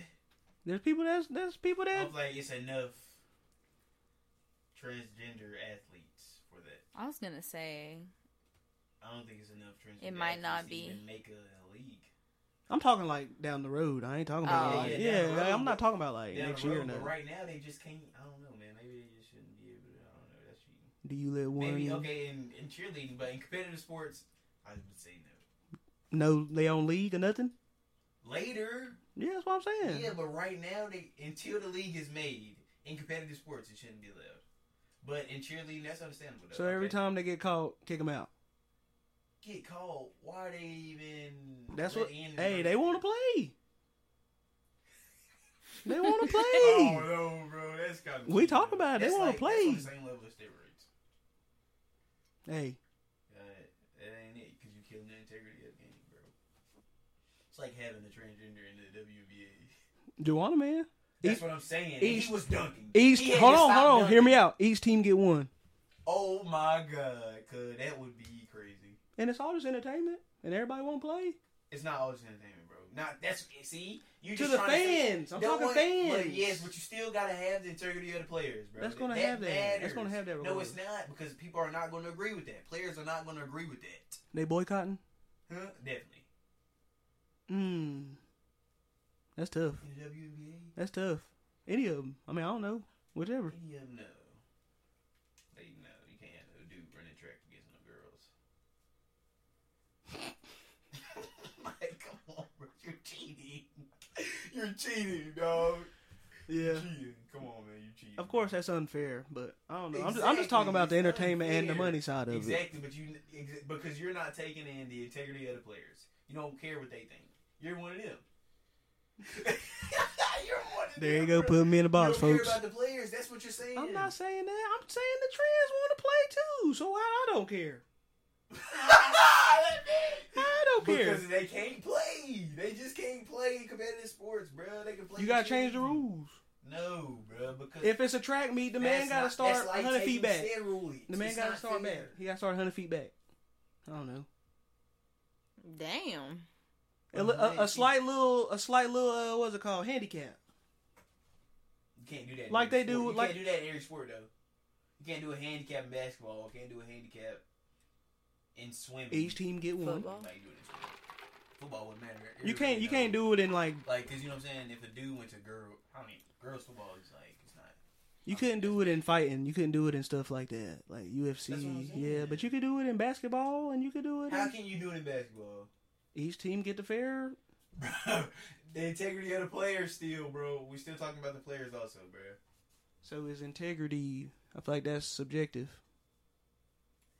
[SPEAKER 1] There's people that's that's people that
[SPEAKER 2] I'm like it's enough transgender athletes for that.
[SPEAKER 3] I was gonna say
[SPEAKER 2] I don't think it's enough transgender.
[SPEAKER 3] It might
[SPEAKER 2] athletes
[SPEAKER 3] not
[SPEAKER 2] to
[SPEAKER 3] be.
[SPEAKER 2] even make a, a league.
[SPEAKER 1] I'm talking like down the road. I ain't talking about
[SPEAKER 3] Oh.
[SPEAKER 1] like
[SPEAKER 3] Yeah,
[SPEAKER 2] yeah,
[SPEAKER 1] yeah.
[SPEAKER 2] down the
[SPEAKER 1] like,
[SPEAKER 2] road,
[SPEAKER 1] I'm not
[SPEAKER 2] but-
[SPEAKER 1] talking about like
[SPEAKER 2] Down
[SPEAKER 1] next
[SPEAKER 2] the road,
[SPEAKER 1] year.
[SPEAKER 2] But
[SPEAKER 1] Now.
[SPEAKER 2] right now they just can't. I don't know, man. Maybe they just shouldn't be able to. I don't know. That's cheating.
[SPEAKER 1] Do you let one?
[SPEAKER 2] Maybe okay in, in cheerleading, but in competitive sports, I would say no.
[SPEAKER 1] No, they own league or nothing.
[SPEAKER 2] Later,
[SPEAKER 1] Yeah, that's what I'm
[SPEAKER 2] yeah.
[SPEAKER 1] saying.
[SPEAKER 2] but right now they until the league is made in competitive sports, it shouldn't be allowed. But in cheerleading, that's understandable. Though.
[SPEAKER 1] so every
[SPEAKER 2] Okay.
[SPEAKER 1] time they get caught, kick them out.
[SPEAKER 2] get called, why are they even?
[SPEAKER 1] That's
[SPEAKER 2] let
[SPEAKER 1] what.
[SPEAKER 2] in the
[SPEAKER 1] Hey,
[SPEAKER 2] first-
[SPEAKER 1] they want to play. They want to play.
[SPEAKER 2] Oh no, bro, that's kind of.
[SPEAKER 1] We talk about it, they wanna play.
[SPEAKER 2] That's on the same level as steroids.
[SPEAKER 1] Hey,
[SPEAKER 2] Uh, that ain't it because you killing the integrity of the game, bro. It's like having a transgender in the WBA.
[SPEAKER 1] Duana man.
[SPEAKER 2] That's
[SPEAKER 1] Each-
[SPEAKER 2] what I'm saying. And
[SPEAKER 1] each-
[SPEAKER 2] he was dunking.
[SPEAKER 1] Each
[SPEAKER 2] He had
[SPEAKER 1] hold
[SPEAKER 2] to
[SPEAKER 1] on,
[SPEAKER 2] stop
[SPEAKER 1] hold on. Hear me
[SPEAKER 2] dunking.
[SPEAKER 1] out. Each team get one,
[SPEAKER 2] Oh my god, cuz that would be crazy.
[SPEAKER 1] and it's all just entertainment, and everybody won't play
[SPEAKER 2] It's not all just entertainment, bro. Not that's see you
[SPEAKER 1] to
[SPEAKER 2] just
[SPEAKER 1] the
[SPEAKER 2] trying say-
[SPEAKER 1] fans. I'm
[SPEAKER 2] No,
[SPEAKER 1] talking
[SPEAKER 2] but-
[SPEAKER 1] fans.
[SPEAKER 2] But yes, but you still gotta have the integrity of the players, bro.
[SPEAKER 1] That's gonna have that. That's gonna
[SPEAKER 2] matters.
[SPEAKER 1] have that
[SPEAKER 2] No, it's not because people are not gonna agree with that. Players are not gonna agree with that.
[SPEAKER 1] they boycotting.
[SPEAKER 2] Huh? Definitely.
[SPEAKER 1] Mm. That's tough.
[SPEAKER 2] In the WBA,
[SPEAKER 1] That's tough. Any of them. I mean, I don't know. Whichever.
[SPEAKER 2] any of them no. They no, you can't have no dude running track against no girls. like, come on, bro, you're cheating. You're cheating, dog.
[SPEAKER 1] Yeah.
[SPEAKER 2] Cheating. Come on, man, you cheating.
[SPEAKER 1] Of course, that's unfair, but I don't know. I'm, just, I'm just talking
[SPEAKER 2] Exactly.
[SPEAKER 1] about the
[SPEAKER 2] It's
[SPEAKER 1] entertainment and the
[SPEAKER 2] unfair.
[SPEAKER 1] money side of it.
[SPEAKER 2] Exactly, but you ex- because you're not taking in the integrity of the players. You don't care what they think. You're one of them. you're one of
[SPEAKER 1] There
[SPEAKER 2] them,
[SPEAKER 1] you go.
[SPEAKER 2] bro.
[SPEAKER 1] Put me in the box,
[SPEAKER 2] you don't
[SPEAKER 1] folks.
[SPEAKER 2] care about the players. That's what you're saying.
[SPEAKER 1] I'm not saying that. I'm saying the trans want to play too, so I, I don't care. I don't care.
[SPEAKER 2] Because they can't play. They just can't play competitive sports, bro. They can play.
[SPEAKER 1] You gotta change the
[SPEAKER 2] cheerleading.
[SPEAKER 1] rules.
[SPEAKER 2] No, bro. Because
[SPEAKER 1] If it's a track meet, the man
[SPEAKER 2] that's
[SPEAKER 1] gotta
[SPEAKER 2] not-
[SPEAKER 1] start
[SPEAKER 2] that's like
[SPEAKER 1] 100 feet
[SPEAKER 2] taking
[SPEAKER 1] back.
[SPEAKER 2] steroids.
[SPEAKER 1] The man
[SPEAKER 2] It's
[SPEAKER 1] gotta
[SPEAKER 2] not
[SPEAKER 1] start
[SPEAKER 2] fair.
[SPEAKER 1] back. He gotta start 100 feet back. I don't know.
[SPEAKER 3] Damn.
[SPEAKER 1] A, li- a, a slight little, a slight little, uh, what's it called? Handicap.
[SPEAKER 2] You can't do that. in
[SPEAKER 1] Like
[SPEAKER 2] every
[SPEAKER 1] they do-
[SPEAKER 2] sport. You
[SPEAKER 1] like-
[SPEAKER 2] can't do that in every sport though. You can't do a handicap in basketball. You can't do a handicap in swimming.
[SPEAKER 1] Each team get one.
[SPEAKER 3] Football.
[SPEAKER 2] Like, you do it in swimming. Football wouldn't matter. It
[SPEAKER 1] You
[SPEAKER 2] really
[SPEAKER 1] can't, you
[SPEAKER 2] don't.
[SPEAKER 1] can't do it in like,
[SPEAKER 2] Like, cause you know what I'm saying. If a dude went to girl, I mean, girls football is like it's not.
[SPEAKER 1] you couldn't do it in fighting. You couldn't do it in stuff like that, like
[SPEAKER 2] That's what I'm
[SPEAKER 1] UFC.
[SPEAKER 2] saying.
[SPEAKER 1] Yeah, but you could do it in basketball, and you could do it.
[SPEAKER 2] How
[SPEAKER 1] In,
[SPEAKER 2] can you do it in basketball?
[SPEAKER 1] each team get the fair.
[SPEAKER 2] Bro, the integrity of the players still, bro. We still talking about the players also, bro.
[SPEAKER 1] So is integrity. I feel like that's subjective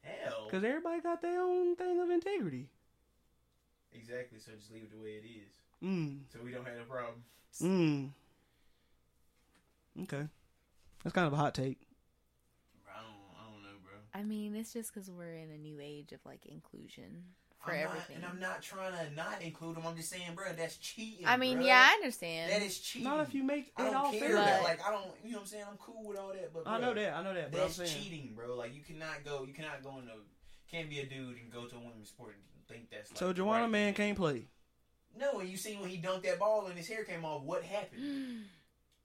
[SPEAKER 2] Hell.
[SPEAKER 1] because everybody got their own thing of integrity.
[SPEAKER 2] Exactly. So just leave it the way it is.
[SPEAKER 1] Mm.
[SPEAKER 2] So we don't have a problem.
[SPEAKER 1] Mm. Okay, that's kind of a hot take.
[SPEAKER 2] Bro, I don't. I don't know, bro.
[SPEAKER 3] I mean, it's just because we're in a new age of like inclusion for
[SPEAKER 2] I'm not-
[SPEAKER 3] everything.
[SPEAKER 2] and I'm not trying to not include them. I'm just saying, bro, that's cheating.
[SPEAKER 3] I mean,
[SPEAKER 2] bruh.
[SPEAKER 3] yeah, I understand.
[SPEAKER 2] that is cheating.
[SPEAKER 1] Not if you make it
[SPEAKER 2] I don't
[SPEAKER 1] all
[SPEAKER 2] care
[SPEAKER 1] fair.
[SPEAKER 2] about
[SPEAKER 3] But-
[SPEAKER 2] like I don't. You know what I'm saying? I'm cool with all that, but
[SPEAKER 1] I
[SPEAKER 2] bruh,
[SPEAKER 1] know that. I know that. But I'm
[SPEAKER 2] That's
[SPEAKER 1] saying
[SPEAKER 2] cheating, bro. Like you cannot go. You cannot go into. Can't be a dude and go to a women's sport and think that's. Like,
[SPEAKER 1] so.
[SPEAKER 2] the
[SPEAKER 1] Joanna
[SPEAKER 2] right
[SPEAKER 1] man
[SPEAKER 2] thing.
[SPEAKER 1] can't play.
[SPEAKER 2] No, and you see when he dunked that ball and his hair came off, what happened?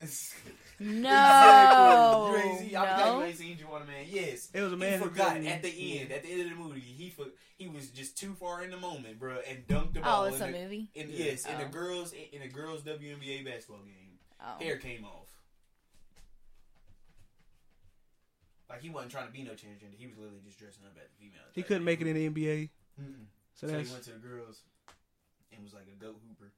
[SPEAKER 3] Mm. No.
[SPEAKER 2] Exactly. You ain't seen- I'm glad
[SPEAKER 3] No.
[SPEAKER 2] you ain't seen Juana Man. Yes.
[SPEAKER 1] It was a man
[SPEAKER 2] He
[SPEAKER 1] who
[SPEAKER 2] forgot
[SPEAKER 1] couldn't-
[SPEAKER 2] at the end,
[SPEAKER 1] yeah.
[SPEAKER 2] at the end of the movie, he for, he was just too far in the moment, bro, and dunked the
[SPEAKER 3] oh,
[SPEAKER 2] ball.
[SPEAKER 3] it's
[SPEAKER 2] in
[SPEAKER 3] a
[SPEAKER 2] the,
[SPEAKER 3] movie.
[SPEAKER 2] in-
[SPEAKER 1] Yeah.
[SPEAKER 2] yes, in the
[SPEAKER 3] Oh.
[SPEAKER 2] girls in the girls WNBA basketball game,
[SPEAKER 3] Oh.
[SPEAKER 2] hair came off. Like he wasn't trying to be no transgender. He was literally just dressing up as a female.
[SPEAKER 1] He
[SPEAKER 2] type
[SPEAKER 1] couldn't make it
[SPEAKER 2] thing.
[SPEAKER 1] in the NBA.
[SPEAKER 2] Mm-mm.
[SPEAKER 1] So
[SPEAKER 2] So,
[SPEAKER 1] that's
[SPEAKER 2] he went to the girls and was like a goat hooper.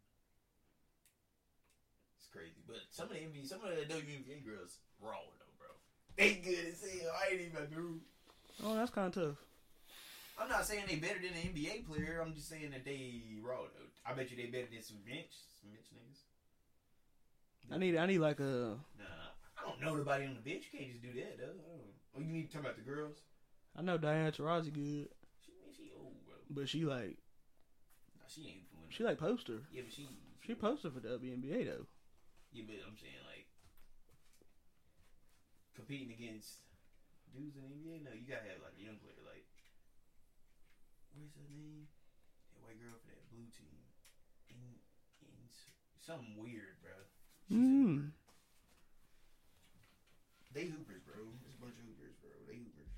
[SPEAKER 2] It's crazy, but some of the NBA, some of the WNBA girls raw though, bro. They good as hell. I ain't even dude.
[SPEAKER 1] oh, that's kind of tough.
[SPEAKER 2] I'm not saying they better than an NBA player. I'm just saying that they raw though. I bet you they better than some bench, some bench niggas.
[SPEAKER 1] I need, I need like a,
[SPEAKER 2] Nah, I don't know nobody on the bench. You can't just do that though. I don't Oh, you need to talk about the girls.
[SPEAKER 1] I know Diane Taurasi good,
[SPEAKER 2] She, she old, bro.
[SPEAKER 1] but she like,
[SPEAKER 2] Nah, she ain't doing.
[SPEAKER 1] she like poster.
[SPEAKER 2] yeah, but she
[SPEAKER 1] She posted for the WNBA though.
[SPEAKER 2] Yeah, but I'm saying like competing against dudes in the NBA? No, you gotta have like a young player. Like, what's her name? That white girl for that blue team. In, in something weird, bro. She's a
[SPEAKER 1] Mm.
[SPEAKER 2] hooper. They hoopers, bro. It's a bunch of hoopers, bro. They hoopers.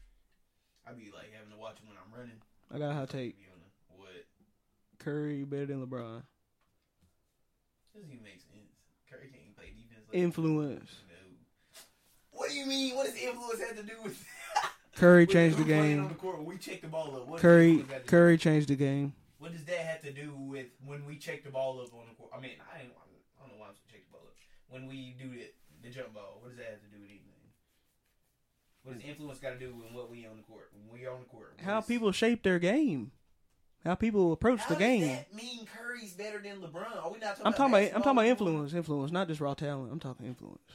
[SPEAKER 2] I be like having to watch them when I'm running.
[SPEAKER 1] I got a hot take.
[SPEAKER 2] Be on the, what?
[SPEAKER 1] Curry better than LeBron.
[SPEAKER 2] Doesn't even make sense. Curry can't even play defense. Like
[SPEAKER 1] Influence.
[SPEAKER 2] No. What do you mean? What does influence have to do with?
[SPEAKER 1] Curry
[SPEAKER 2] with
[SPEAKER 1] changed the
[SPEAKER 2] who playing On
[SPEAKER 1] game.
[SPEAKER 2] the court when we check the ball up. What does
[SPEAKER 1] Curry
[SPEAKER 2] influence have to do-
[SPEAKER 1] Curry changed the game.
[SPEAKER 2] What does that have to do with when we check the ball up on the court? I mean, I, ain't, I don't know why I'm supposed to check the ball up. When we do the, the jump ball, what does that have to do with anything? What does influence got to do with what we on the court? When we on the court, what
[SPEAKER 1] How
[SPEAKER 2] is-
[SPEAKER 1] people shape their game. How people approach
[SPEAKER 2] How
[SPEAKER 1] the
[SPEAKER 2] does
[SPEAKER 1] game.
[SPEAKER 2] that mean Curry's better than LeBron? Are we not talking?
[SPEAKER 1] I'm talking about I'm talking
[SPEAKER 2] basketball
[SPEAKER 1] about
[SPEAKER 2] anymore?
[SPEAKER 1] influence, influence, not just raw talent. I'm talking influence.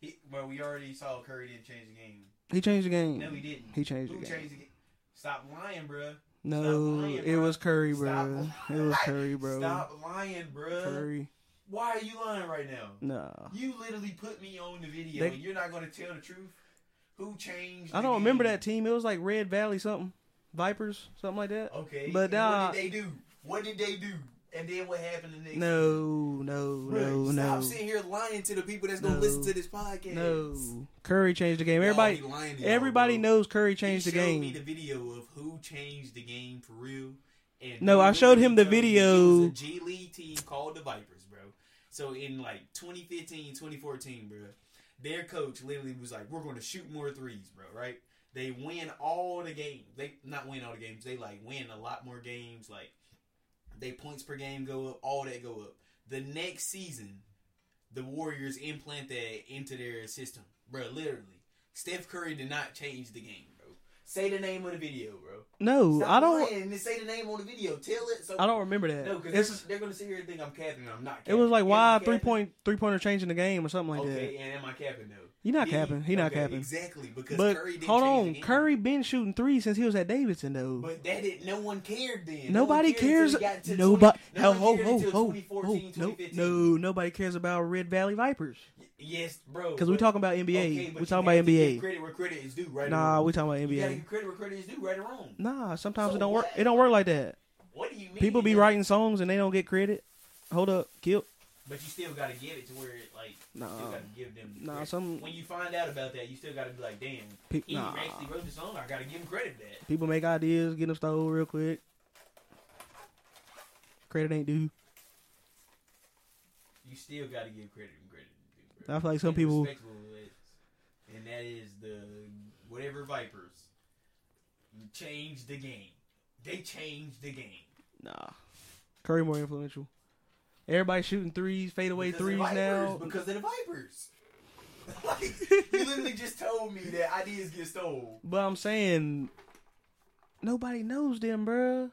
[SPEAKER 2] He, well, we already saw Curry didn't change the game.
[SPEAKER 1] He changed the game.
[SPEAKER 2] No, he didn't.
[SPEAKER 1] Hmm. He changed
[SPEAKER 2] Who
[SPEAKER 1] the game.
[SPEAKER 2] changed the game? Stop lying, bruh.
[SPEAKER 1] No,
[SPEAKER 2] lying,
[SPEAKER 1] it
[SPEAKER 2] bro.
[SPEAKER 1] was Curry,
[SPEAKER 2] Stop
[SPEAKER 1] bro. It
[SPEAKER 2] lying.
[SPEAKER 1] was Curry, bro.
[SPEAKER 2] Stop lying, bruh.
[SPEAKER 1] Curry.
[SPEAKER 2] Why are you lying right now?
[SPEAKER 1] Nah.
[SPEAKER 2] You literally put me on the video,
[SPEAKER 1] They-
[SPEAKER 2] and you're not going to tell the truth. Who changed?
[SPEAKER 1] I
[SPEAKER 2] the
[SPEAKER 1] don't remember
[SPEAKER 2] game?
[SPEAKER 1] that team. It was like Red Valley something. Vipers, something like that.
[SPEAKER 2] Okay,
[SPEAKER 1] But, uh,
[SPEAKER 2] but
[SPEAKER 1] nah.
[SPEAKER 2] what did they do? What did they do? And then what happened the next?
[SPEAKER 1] No, no, no,
[SPEAKER 2] Bruh, stop
[SPEAKER 1] no.
[SPEAKER 2] sitting here lying to the people that's going
[SPEAKER 1] No.
[SPEAKER 2] to listen to this podcast.
[SPEAKER 1] No. Curry changed the game.
[SPEAKER 2] Y'all
[SPEAKER 1] Everybody
[SPEAKER 2] be lying to y'all,
[SPEAKER 1] everybody
[SPEAKER 2] bro.
[SPEAKER 1] knows Curry changed
[SPEAKER 2] he
[SPEAKER 1] the
[SPEAKER 2] showed
[SPEAKER 1] game.
[SPEAKER 2] Me the video of who changed the game for real. And
[SPEAKER 1] No, I showed him the
[SPEAKER 2] It was a
[SPEAKER 1] video.
[SPEAKER 2] G League team called the Vipers, bro. So in like 2015, 2014, bro, their coach literally was like, "We're going to shoot more threes, bro." Right? They win all the games. They not win all the games. They like win a lot more games. Like they points per game go up. All that go up. The next season, the Warriors implant that into their system, bro. Literally, Steph Curry did not change the game, bro. Say the name of the video, bro.
[SPEAKER 1] No,
[SPEAKER 2] Stop
[SPEAKER 1] I don't
[SPEAKER 2] lying and say the name on the video. Tell it. So
[SPEAKER 1] I don't remember that.
[SPEAKER 2] No, because
[SPEAKER 1] it's,
[SPEAKER 2] they're, they're gonna sit here and think I'm capping. and I'm not.
[SPEAKER 1] it
[SPEAKER 2] Capping.
[SPEAKER 1] was like
[SPEAKER 2] Am I
[SPEAKER 1] why
[SPEAKER 2] capping?
[SPEAKER 1] three point three pointer changing the game or something like
[SPEAKER 2] Okay,
[SPEAKER 1] that.
[SPEAKER 2] and am I capping though?
[SPEAKER 1] He not
[SPEAKER 2] Did
[SPEAKER 1] capping. He not
[SPEAKER 2] okay,
[SPEAKER 1] capping.
[SPEAKER 2] Exactly because
[SPEAKER 1] But
[SPEAKER 2] Curry didn't
[SPEAKER 1] hold
[SPEAKER 2] change the
[SPEAKER 1] on,
[SPEAKER 2] game.
[SPEAKER 1] Curry been shooting three since he was at Davidson though.
[SPEAKER 2] But that didn't. No one cared then. No one
[SPEAKER 1] nobody
[SPEAKER 2] cared
[SPEAKER 1] cares.
[SPEAKER 2] until it got to
[SPEAKER 1] Nobody.
[SPEAKER 2] 20
[SPEAKER 1] Ho
[SPEAKER 2] no
[SPEAKER 1] ho
[SPEAKER 2] one cared
[SPEAKER 1] ho
[SPEAKER 2] until
[SPEAKER 1] ho
[SPEAKER 2] 2014,
[SPEAKER 1] No,
[SPEAKER 2] 2015.
[SPEAKER 1] no, nobody cares about Red Valley Vipers
[SPEAKER 2] Yes, bro.
[SPEAKER 1] because we
[SPEAKER 2] but-
[SPEAKER 1] talking about NBA.
[SPEAKER 2] okay, but
[SPEAKER 1] we
[SPEAKER 2] you
[SPEAKER 1] talking
[SPEAKER 2] have
[SPEAKER 1] about
[SPEAKER 2] to give
[SPEAKER 1] NBA.
[SPEAKER 2] Credit where credit is due, right? or
[SPEAKER 1] Nah,
[SPEAKER 2] wrong.
[SPEAKER 1] we talking about
[SPEAKER 2] You gotta
[SPEAKER 1] NBA.
[SPEAKER 2] give credit where credit is due, right or wrong.
[SPEAKER 1] Nah, sometimes
[SPEAKER 2] So
[SPEAKER 1] it don't work.
[SPEAKER 2] what?
[SPEAKER 1] It don't work like that.
[SPEAKER 2] What do you mean?
[SPEAKER 1] People be
[SPEAKER 2] It-
[SPEAKER 1] writing songs and they don't get credit. Hold up, Kip.
[SPEAKER 2] But you still gotta give it to where it like you
[SPEAKER 1] Nah.
[SPEAKER 2] still gotta give them
[SPEAKER 1] Nah,
[SPEAKER 2] credit.
[SPEAKER 1] some-
[SPEAKER 2] when you find out about that, you still gotta be like, damn,
[SPEAKER 1] Pe-
[SPEAKER 2] he
[SPEAKER 1] nah.
[SPEAKER 2] actually wrote the song, I gotta give him credit for that.
[SPEAKER 1] People make ideas, get them stole real quick. Credit ain't due.
[SPEAKER 2] You still gotta give credit and credit. to do, bro.
[SPEAKER 1] I feel like some
[SPEAKER 2] And
[SPEAKER 1] people-
[SPEAKER 2] respectful of it. and that is the whatever Vipers changed the game. They changed the game.
[SPEAKER 1] Nah. Curry more influential. Everybody shooting threes, fadeaway
[SPEAKER 2] Because of
[SPEAKER 1] threes
[SPEAKER 2] the Vipers,
[SPEAKER 1] now.
[SPEAKER 2] because of the Vipers. like you literally just told me that ideas get stole.
[SPEAKER 1] But I'm saying nobody knows them, bruh.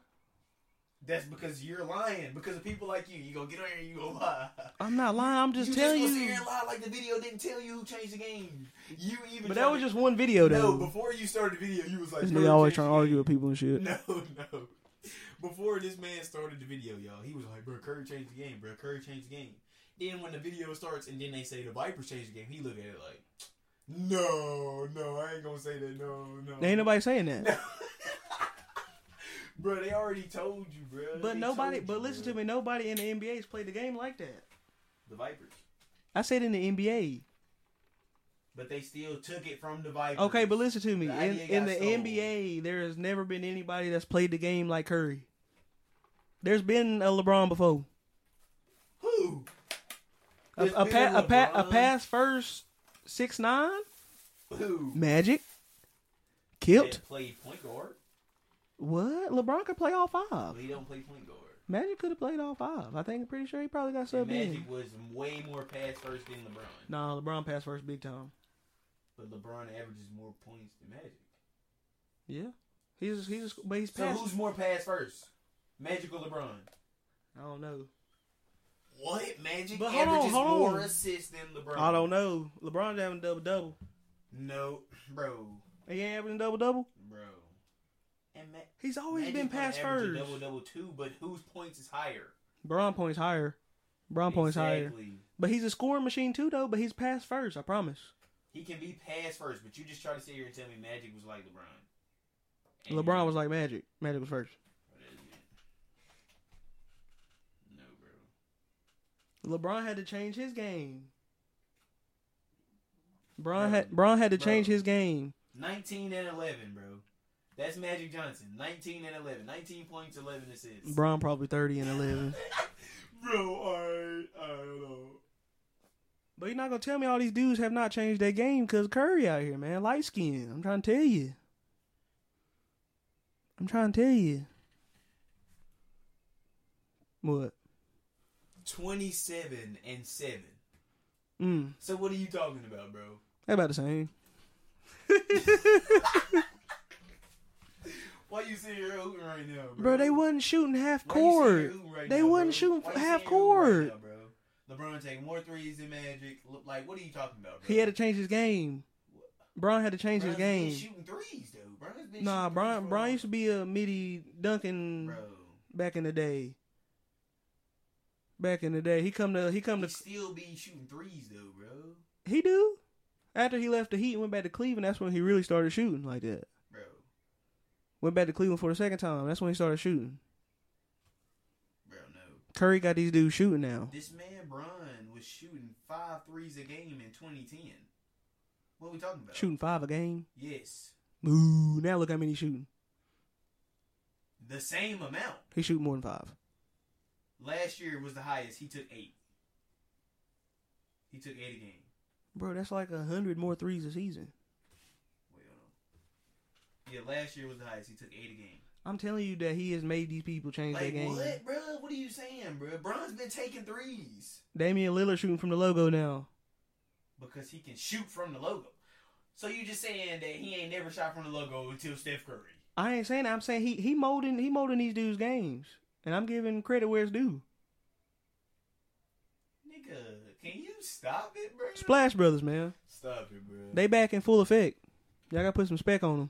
[SPEAKER 2] That's because you're lying. Because of people like you, you gonna get on here and you gonna lie.
[SPEAKER 1] I'm not lying. I'm just telling
[SPEAKER 2] gonna sit here
[SPEAKER 1] you.
[SPEAKER 2] and lie like the video didn't tell you who changed the game. You even
[SPEAKER 1] But that
[SPEAKER 2] tried
[SPEAKER 1] was
[SPEAKER 2] to-
[SPEAKER 1] just one video,
[SPEAKER 2] no.
[SPEAKER 1] though.
[SPEAKER 2] Before you started the video, you was like
[SPEAKER 1] this
[SPEAKER 2] "Curry
[SPEAKER 1] nigga always
[SPEAKER 2] changed
[SPEAKER 1] trying to
[SPEAKER 2] the
[SPEAKER 1] argue with
[SPEAKER 2] game."
[SPEAKER 1] people and shit.
[SPEAKER 2] No, no. Before this man started the video, y'all, he was like, "Bro, Curry changed the game. Bro, Curry changed the game." Then when the video starts and then they say the Vipers changed the game, he look at it like, "No, no, I ain't gonna say that. No, no."
[SPEAKER 1] Ain't nobody saying that.
[SPEAKER 2] Bro, they already told you, bro.
[SPEAKER 1] But nobody. But listen to me. Nobody in the NBA's played the game like that.
[SPEAKER 2] The Vipers.
[SPEAKER 1] I said in the NBA.
[SPEAKER 2] But they still took it from the Vipers.
[SPEAKER 1] Okay, but listen to me.
[SPEAKER 2] The
[SPEAKER 1] In,
[SPEAKER 2] idea
[SPEAKER 1] in
[SPEAKER 2] got
[SPEAKER 1] the
[SPEAKER 2] sold.
[SPEAKER 1] NBA, there has never been anybody that's played the game like Curry. There's been a LeBron before.
[SPEAKER 2] Who?
[SPEAKER 1] A,
[SPEAKER 2] There's
[SPEAKER 1] a,
[SPEAKER 2] been
[SPEAKER 1] pa- a, pa- a
[SPEAKER 2] LeBron.
[SPEAKER 1] pass first six nine
[SPEAKER 2] Who?
[SPEAKER 1] magic killed.
[SPEAKER 2] that played point guard,
[SPEAKER 1] What LeBron could play all five.
[SPEAKER 2] but he don't play point guard.
[SPEAKER 1] Magic could have played all five. I think. I'm pretty sure he probably got
[SPEAKER 2] So
[SPEAKER 1] subbed in.
[SPEAKER 2] Magic was way more pass first than LeBron,
[SPEAKER 1] Nah, LeBron passed first big time.
[SPEAKER 2] but LeBron averages more points than Magic.
[SPEAKER 1] Yeah, he's he's but he's
[SPEAKER 2] So
[SPEAKER 1] passed.
[SPEAKER 2] who's more pass first, Magic or LeBron?
[SPEAKER 1] I don't know.
[SPEAKER 2] What Magic
[SPEAKER 1] But hold on,
[SPEAKER 2] averages
[SPEAKER 1] hold
[SPEAKER 2] more
[SPEAKER 1] on.
[SPEAKER 2] assists than LeBron?
[SPEAKER 1] I don't know. LeBron's having double double.
[SPEAKER 2] No, bro,
[SPEAKER 1] He ain't having double double.
[SPEAKER 2] bro. And Ma-
[SPEAKER 1] He's always
[SPEAKER 2] Magic
[SPEAKER 1] been
[SPEAKER 2] gonna
[SPEAKER 1] passed
[SPEAKER 2] average a
[SPEAKER 1] first.
[SPEAKER 2] Double double two, but whose points is higher?
[SPEAKER 1] Bron points higher. Bron points higher.
[SPEAKER 2] Exactly.
[SPEAKER 1] But he's a scoring machine too, though. But he's passed first. I promise.
[SPEAKER 2] He can be pass first, but you just try to sit here and tell me Magic was like LeBron. And
[SPEAKER 1] LeBron was like Magic. Magic was first.
[SPEAKER 2] No, bro.
[SPEAKER 1] LeBron had to change his game. Bron
[SPEAKER 2] Bro.
[SPEAKER 1] had Bron had to
[SPEAKER 2] Bro.
[SPEAKER 1] change his game.
[SPEAKER 2] 19 and 11, bro. That's Magic Johnson. 19 and 11. 19 points, 11 assists.
[SPEAKER 1] Bron probably thirty and eleven.
[SPEAKER 2] bro, alright. I don't know.
[SPEAKER 1] but you're not gonna tell me all these dudes have not changed their game because Curry out here, man, light skin. I'm trying to tell you. I'm trying to tell you. What?
[SPEAKER 2] 27 and 7.
[SPEAKER 1] Mm,
[SPEAKER 2] So what are you talking about, bro?
[SPEAKER 1] they about the same.
[SPEAKER 2] Why you sitting here hooting right now, bro?
[SPEAKER 1] Bro, they wasn't shooting half
[SPEAKER 2] Why you sitting here
[SPEAKER 1] court.
[SPEAKER 2] hooting right
[SPEAKER 1] They
[SPEAKER 2] now,
[SPEAKER 1] wasn't
[SPEAKER 2] bro?
[SPEAKER 1] shooting
[SPEAKER 2] Why
[SPEAKER 1] from
[SPEAKER 2] you
[SPEAKER 1] half
[SPEAKER 2] sitting here hooting
[SPEAKER 1] court.
[SPEAKER 2] right now, bro? LeBron taking more threes than Magic. Look, Like, what are you talking about, bro?
[SPEAKER 1] He had to change his game. Bron had to change his
[SPEAKER 2] Bron's been
[SPEAKER 1] game.
[SPEAKER 2] shooting threes, though. Bron's been
[SPEAKER 1] Nah,
[SPEAKER 2] shooting
[SPEAKER 1] Brian
[SPEAKER 2] threes for a
[SPEAKER 1] Brian used to be a midi dunking
[SPEAKER 2] while. Bro,
[SPEAKER 1] back in the day. Back in the day, he come to he come
[SPEAKER 2] he
[SPEAKER 1] to
[SPEAKER 2] still be shooting threes, though, bro.
[SPEAKER 1] he do. After he left the Heat, and went back to Cleveland. That's when he really started shooting like that.
[SPEAKER 2] Bro,
[SPEAKER 1] Went back to Cleveland for the second time. That's when he started shooting.
[SPEAKER 2] bro, no.
[SPEAKER 1] Curry got these dudes shooting now.
[SPEAKER 2] This man Bron was shooting five threes a game in 2010. What we talking about?
[SPEAKER 1] Shooting five a game.
[SPEAKER 2] Yes,
[SPEAKER 1] Ooh, now look how many he's shooting.
[SPEAKER 2] the same amount.
[SPEAKER 1] He shooting more than five.
[SPEAKER 2] Last year was the highest. He took eight. He took eight a game.
[SPEAKER 1] Bro, that's like a hundred more threes a season.
[SPEAKER 2] Wait, hold on. Yeah, last year was the highest. He took eight a game.
[SPEAKER 1] I'm telling you that he has made these people change their
[SPEAKER 2] Like
[SPEAKER 1] game.
[SPEAKER 2] what, bro? What are you saying, bro? Bron's been taking threes.
[SPEAKER 1] Damian Lillard shooting from the logo now.
[SPEAKER 2] because he can shoot from the logo. So you just saying that he ain't never shot from the logo until Steph Curry.
[SPEAKER 1] I ain't saying that. I'm saying he he molding he molding these dudes games, and I'm giving credit where it's due.
[SPEAKER 2] Nigga, can you stop it, bro?
[SPEAKER 1] Splash Brothers, man,
[SPEAKER 2] Stop it, bro.
[SPEAKER 1] they back in full effect. Y'all gotta put some spec on them.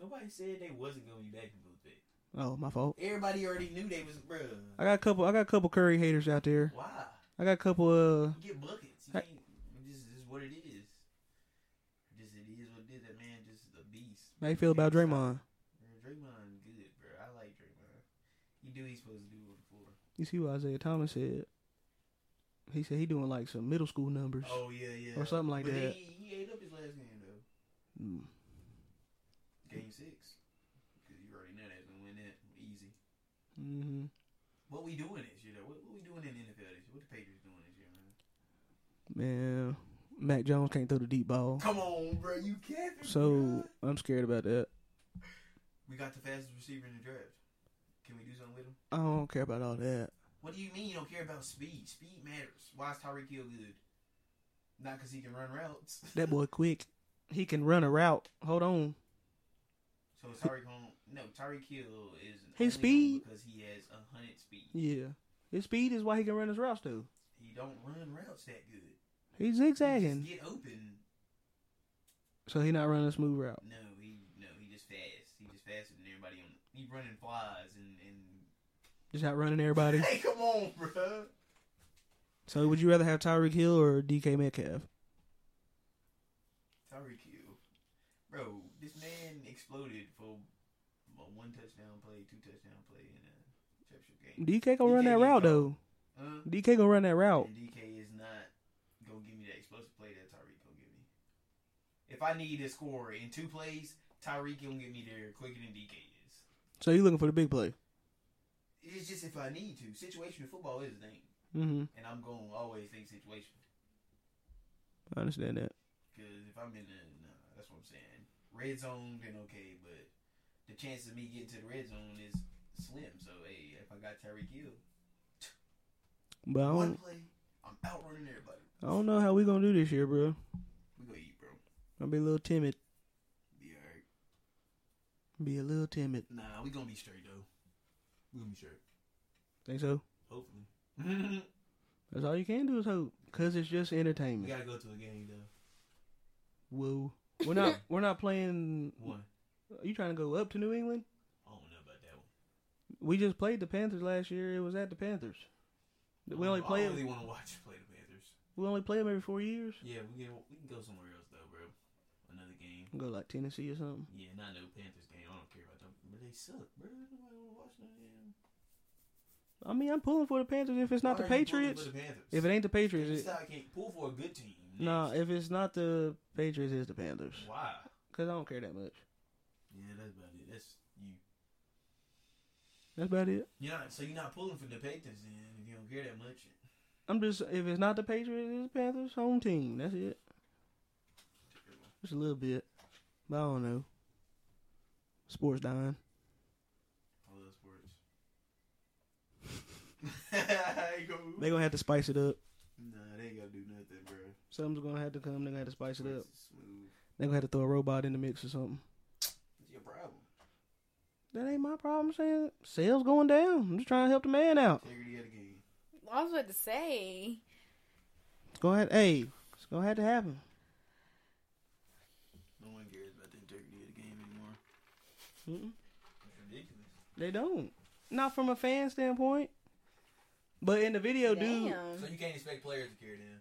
[SPEAKER 2] Nobody said they wasn't gonna be back in Blue Bay.
[SPEAKER 1] Oh, my fault.
[SPEAKER 2] Everybody already knew they was, bro.
[SPEAKER 1] I got a couple. I got a couple Curry haters out there.
[SPEAKER 2] Why?
[SPEAKER 1] I got a couple. Uh,
[SPEAKER 2] You get buckets. You
[SPEAKER 1] Hey.
[SPEAKER 2] can't. This is this is what it is. Just it is what it is. That man just a beast.
[SPEAKER 1] how you feel about
[SPEAKER 2] Can't
[SPEAKER 1] Draymond?
[SPEAKER 2] stop. Bro, Draymond good, bro. I like Draymond. He do what he's supposed to do on the floor.
[SPEAKER 1] You see what Isaiah Thomas said? He said he doing like some middle school numbers.
[SPEAKER 2] Oh yeah, yeah.
[SPEAKER 1] Or something like
[SPEAKER 2] But
[SPEAKER 1] that.
[SPEAKER 2] He, he ate up his last game though.
[SPEAKER 1] Mm.
[SPEAKER 2] Game six. Because you already know that's going to win that easy.
[SPEAKER 1] hmm
[SPEAKER 2] What we doing this year, though? What, what we doing in the NFL this year? What the Patriots doing this year, man?
[SPEAKER 1] Man, Mac Jones can't throw the deep ball,
[SPEAKER 2] Come on, bro. You capping,
[SPEAKER 1] so
[SPEAKER 2] bruh.
[SPEAKER 1] I'm scared about that.
[SPEAKER 2] We got the fastest receiver in the draft. Can we do something with him?
[SPEAKER 1] I don't care about all that.
[SPEAKER 2] What do you mean you don't care about speed? Speed matters. Why is Tyreek Hill good? Not because he can run routes.
[SPEAKER 1] That boy quick. He can run a route. Hold on.
[SPEAKER 2] So is Tyreek Hill... No, Tyreek Hill is... only good
[SPEAKER 1] speed.
[SPEAKER 2] Because he has a 100 speed.
[SPEAKER 1] Yeah. His speed is why he can run his routes though.
[SPEAKER 2] He don't run routes that good. He
[SPEAKER 1] He's
[SPEAKER 2] just
[SPEAKER 1] zigzagging.
[SPEAKER 2] get open.
[SPEAKER 1] So he not running a smooth route.
[SPEAKER 2] No, he no, he just fast. He just faster than everybody on. He running flies and and.
[SPEAKER 1] Just out running everybody.
[SPEAKER 2] Hey, come on, bro.
[SPEAKER 1] so would you rather have Tyreek Hill or DK Metcalf?
[SPEAKER 2] Tyreek Hill, bro. This man exploded for a one touchdown play, two touchdown play in a championship game.
[SPEAKER 1] DK gonna run
[SPEAKER 2] DK
[SPEAKER 1] that
[SPEAKER 2] get
[SPEAKER 1] route
[SPEAKER 2] caught.
[SPEAKER 1] though.
[SPEAKER 2] Huh?
[SPEAKER 1] DK gonna run that route.
[SPEAKER 2] And DK is not gonna give me that explosive play that Tyreek gonna give me. If I need to score in two plays, Tyreek gonna get me there quicker than DK is.
[SPEAKER 1] So you looking for the big play.
[SPEAKER 2] It's just if I need to. Situational football is a thing,
[SPEAKER 1] Mm-hmm.
[SPEAKER 2] and I'm gonna always think situational.
[SPEAKER 1] I understand that.
[SPEAKER 2] Because if I'm in the, nah, that's what I'm saying. Red zone, then okay, but the chance of me getting to the red zone is slim. So, hey, if I got Tyreek Hill,
[SPEAKER 1] But I
[SPEAKER 2] one
[SPEAKER 1] don't
[SPEAKER 2] play, I'm outrunning everybody.
[SPEAKER 1] I don't know how we gonna do this year, bro.
[SPEAKER 2] We gonna eat, bro.
[SPEAKER 1] I'll be a little timid.
[SPEAKER 2] Be alright.
[SPEAKER 1] Be a little timid.
[SPEAKER 2] Nah, we gonna be straight though. We gonna be straight.
[SPEAKER 1] Think so?
[SPEAKER 2] Hopefully.
[SPEAKER 1] That's all you can do is hope. Cause it's just
[SPEAKER 2] we
[SPEAKER 1] entertainment.
[SPEAKER 2] gotta go to a game though.
[SPEAKER 1] Woo. We're not we're not playing
[SPEAKER 2] One.
[SPEAKER 1] you trying to go up to New England?
[SPEAKER 2] I don't know about that one.
[SPEAKER 1] We just played the Panthers last year. It was at the Panthers. We only
[SPEAKER 2] I
[SPEAKER 1] played.
[SPEAKER 2] Oh, don't really want to watch you play the Panthers.
[SPEAKER 1] We only play them every four years.
[SPEAKER 2] Yeah, we can we can go somewhere else though, bro. Another game.
[SPEAKER 1] Go like Tennessee or something.
[SPEAKER 2] Yeah, not no Panthers game. I don't care about them. But they suck, bro. Nobody wanna watch no damn.
[SPEAKER 1] I mean, I'm pulling for the Panthers if it's not the
[SPEAKER 2] Why are you pulling
[SPEAKER 1] Patriots.
[SPEAKER 2] For the Panthers.
[SPEAKER 1] If it ain't the Patriots,
[SPEAKER 2] Patriots,
[SPEAKER 1] it,
[SPEAKER 2] I can't pull for a good team.
[SPEAKER 1] nah.
[SPEAKER 2] Next.
[SPEAKER 1] If it's not the Patriots, it's the Panthers.
[SPEAKER 2] why?
[SPEAKER 1] Cause I don't care that much.
[SPEAKER 2] Yeah, that's about it. That's you.
[SPEAKER 1] That's about it.
[SPEAKER 2] You're not, so you're not pulling for the Patriots then if you don't care that much.
[SPEAKER 1] I'm just if it's not the Patriots, it's the Panthers home team. That's it. Just a little bit, but I don't know. Sports dying.
[SPEAKER 2] I love sports.
[SPEAKER 1] They gonna have to spice it up.
[SPEAKER 2] Nah, they ain't gotta do nothing, bro.
[SPEAKER 1] Something's gonna have to come. They gonna have to spice it up.
[SPEAKER 2] Sports is Smooth.
[SPEAKER 1] They gonna have to throw a robot in the mix or something.
[SPEAKER 2] It's your problem.
[SPEAKER 1] That ain't my problem. I'm saying sales going down. I'm just trying to help the man out.
[SPEAKER 2] Integrity of the game.
[SPEAKER 3] I was about to say.
[SPEAKER 1] Go ahead. Hey, it's gonna have to happen.
[SPEAKER 2] No one cares about the integrity of the game anymore.
[SPEAKER 1] Mm-mm.
[SPEAKER 2] It's ridiculous.
[SPEAKER 1] They don't. Not from a fan standpoint, but in the video, dude.
[SPEAKER 3] Damn.
[SPEAKER 2] So you can't expect players to care then.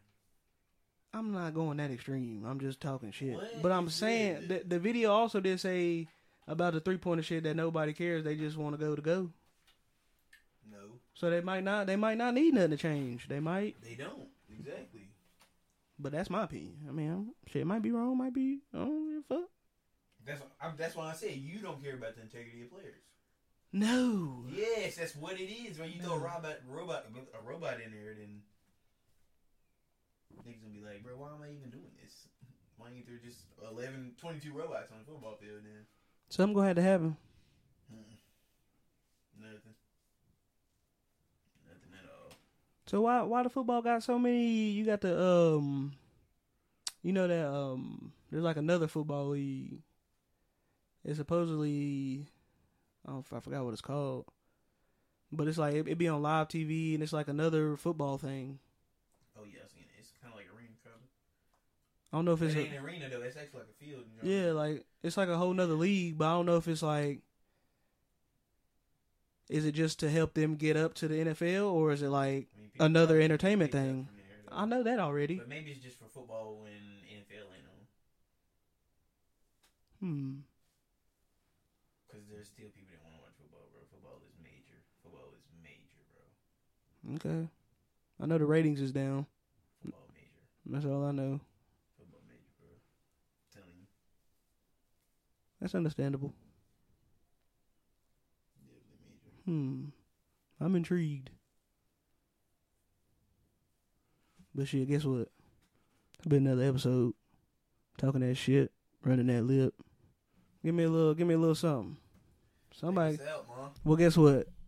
[SPEAKER 1] I'm not going that extreme. I'm just talking shit.
[SPEAKER 2] What?
[SPEAKER 1] But I'm
[SPEAKER 2] You
[SPEAKER 1] saying
[SPEAKER 2] did.
[SPEAKER 1] the, the video also did say about the three pointer shit that nobody cares. They just want to go to go.
[SPEAKER 2] No,
[SPEAKER 1] So they might not. They might not need nothing to change. They might.
[SPEAKER 2] they don't. Exactly.
[SPEAKER 1] But that's my opinion. I mean, I'm, shit might be wrong. Might be. I don't give a fuck.
[SPEAKER 2] That's I'm, that's why I say you don't care about the integrity of players.
[SPEAKER 1] No.
[SPEAKER 2] Yes, that's what it is. When you throw a
[SPEAKER 1] No.
[SPEAKER 2] robot, robot, a robot in there, then niggas gonna be like, bro, why am I even doing this? Why ain't there just 11, 22 robots on the football field then?
[SPEAKER 1] Something gonna have to happen.
[SPEAKER 2] Mm-mm. Nothing. Nothing at all.
[SPEAKER 1] So why why the football got so many? You got the um, you know that um, there's like another football league. It's supposedly, I, don't, I forgot what it's called, but it's like it, it be on live TV and it's like another football thing.
[SPEAKER 2] Oh yeah, I've seen it. It's kind of like arena cover.
[SPEAKER 1] I don't know if
[SPEAKER 2] It
[SPEAKER 1] it's
[SPEAKER 2] ain't
[SPEAKER 1] a,
[SPEAKER 2] an arena though. It's actually like a field. you know?
[SPEAKER 1] yeah, like it's like a whole nother league, but I don't know if it's like. Is it just to help them get up to the NFL, or is it like
[SPEAKER 2] I mean, people
[SPEAKER 1] another
[SPEAKER 2] probably
[SPEAKER 1] entertainment
[SPEAKER 2] picked up
[SPEAKER 1] thing.
[SPEAKER 2] from there, though.
[SPEAKER 1] I know that already?
[SPEAKER 2] But maybe it's just for football when NFL ain't on.
[SPEAKER 1] Hmm.
[SPEAKER 2] Because there's still people that want to watch football, bro. Football is major. Football is major, bro.
[SPEAKER 1] Okay. I know the ratings is down.
[SPEAKER 2] Football major.
[SPEAKER 1] That's all I know.
[SPEAKER 2] Football major, bro. telling you.
[SPEAKER 1] That's understandable.
[SPEAKER 2] Definitely major.
[SPEAKER 1] Hmm. I'm intrigued. But shit, guess what? It's been another episode. Talking that shit, running that lip. Give me a little give me a little something. Somebody
[SPEAKER 2] Take us out, Mom.
[SPEAKER 1] Well guess what?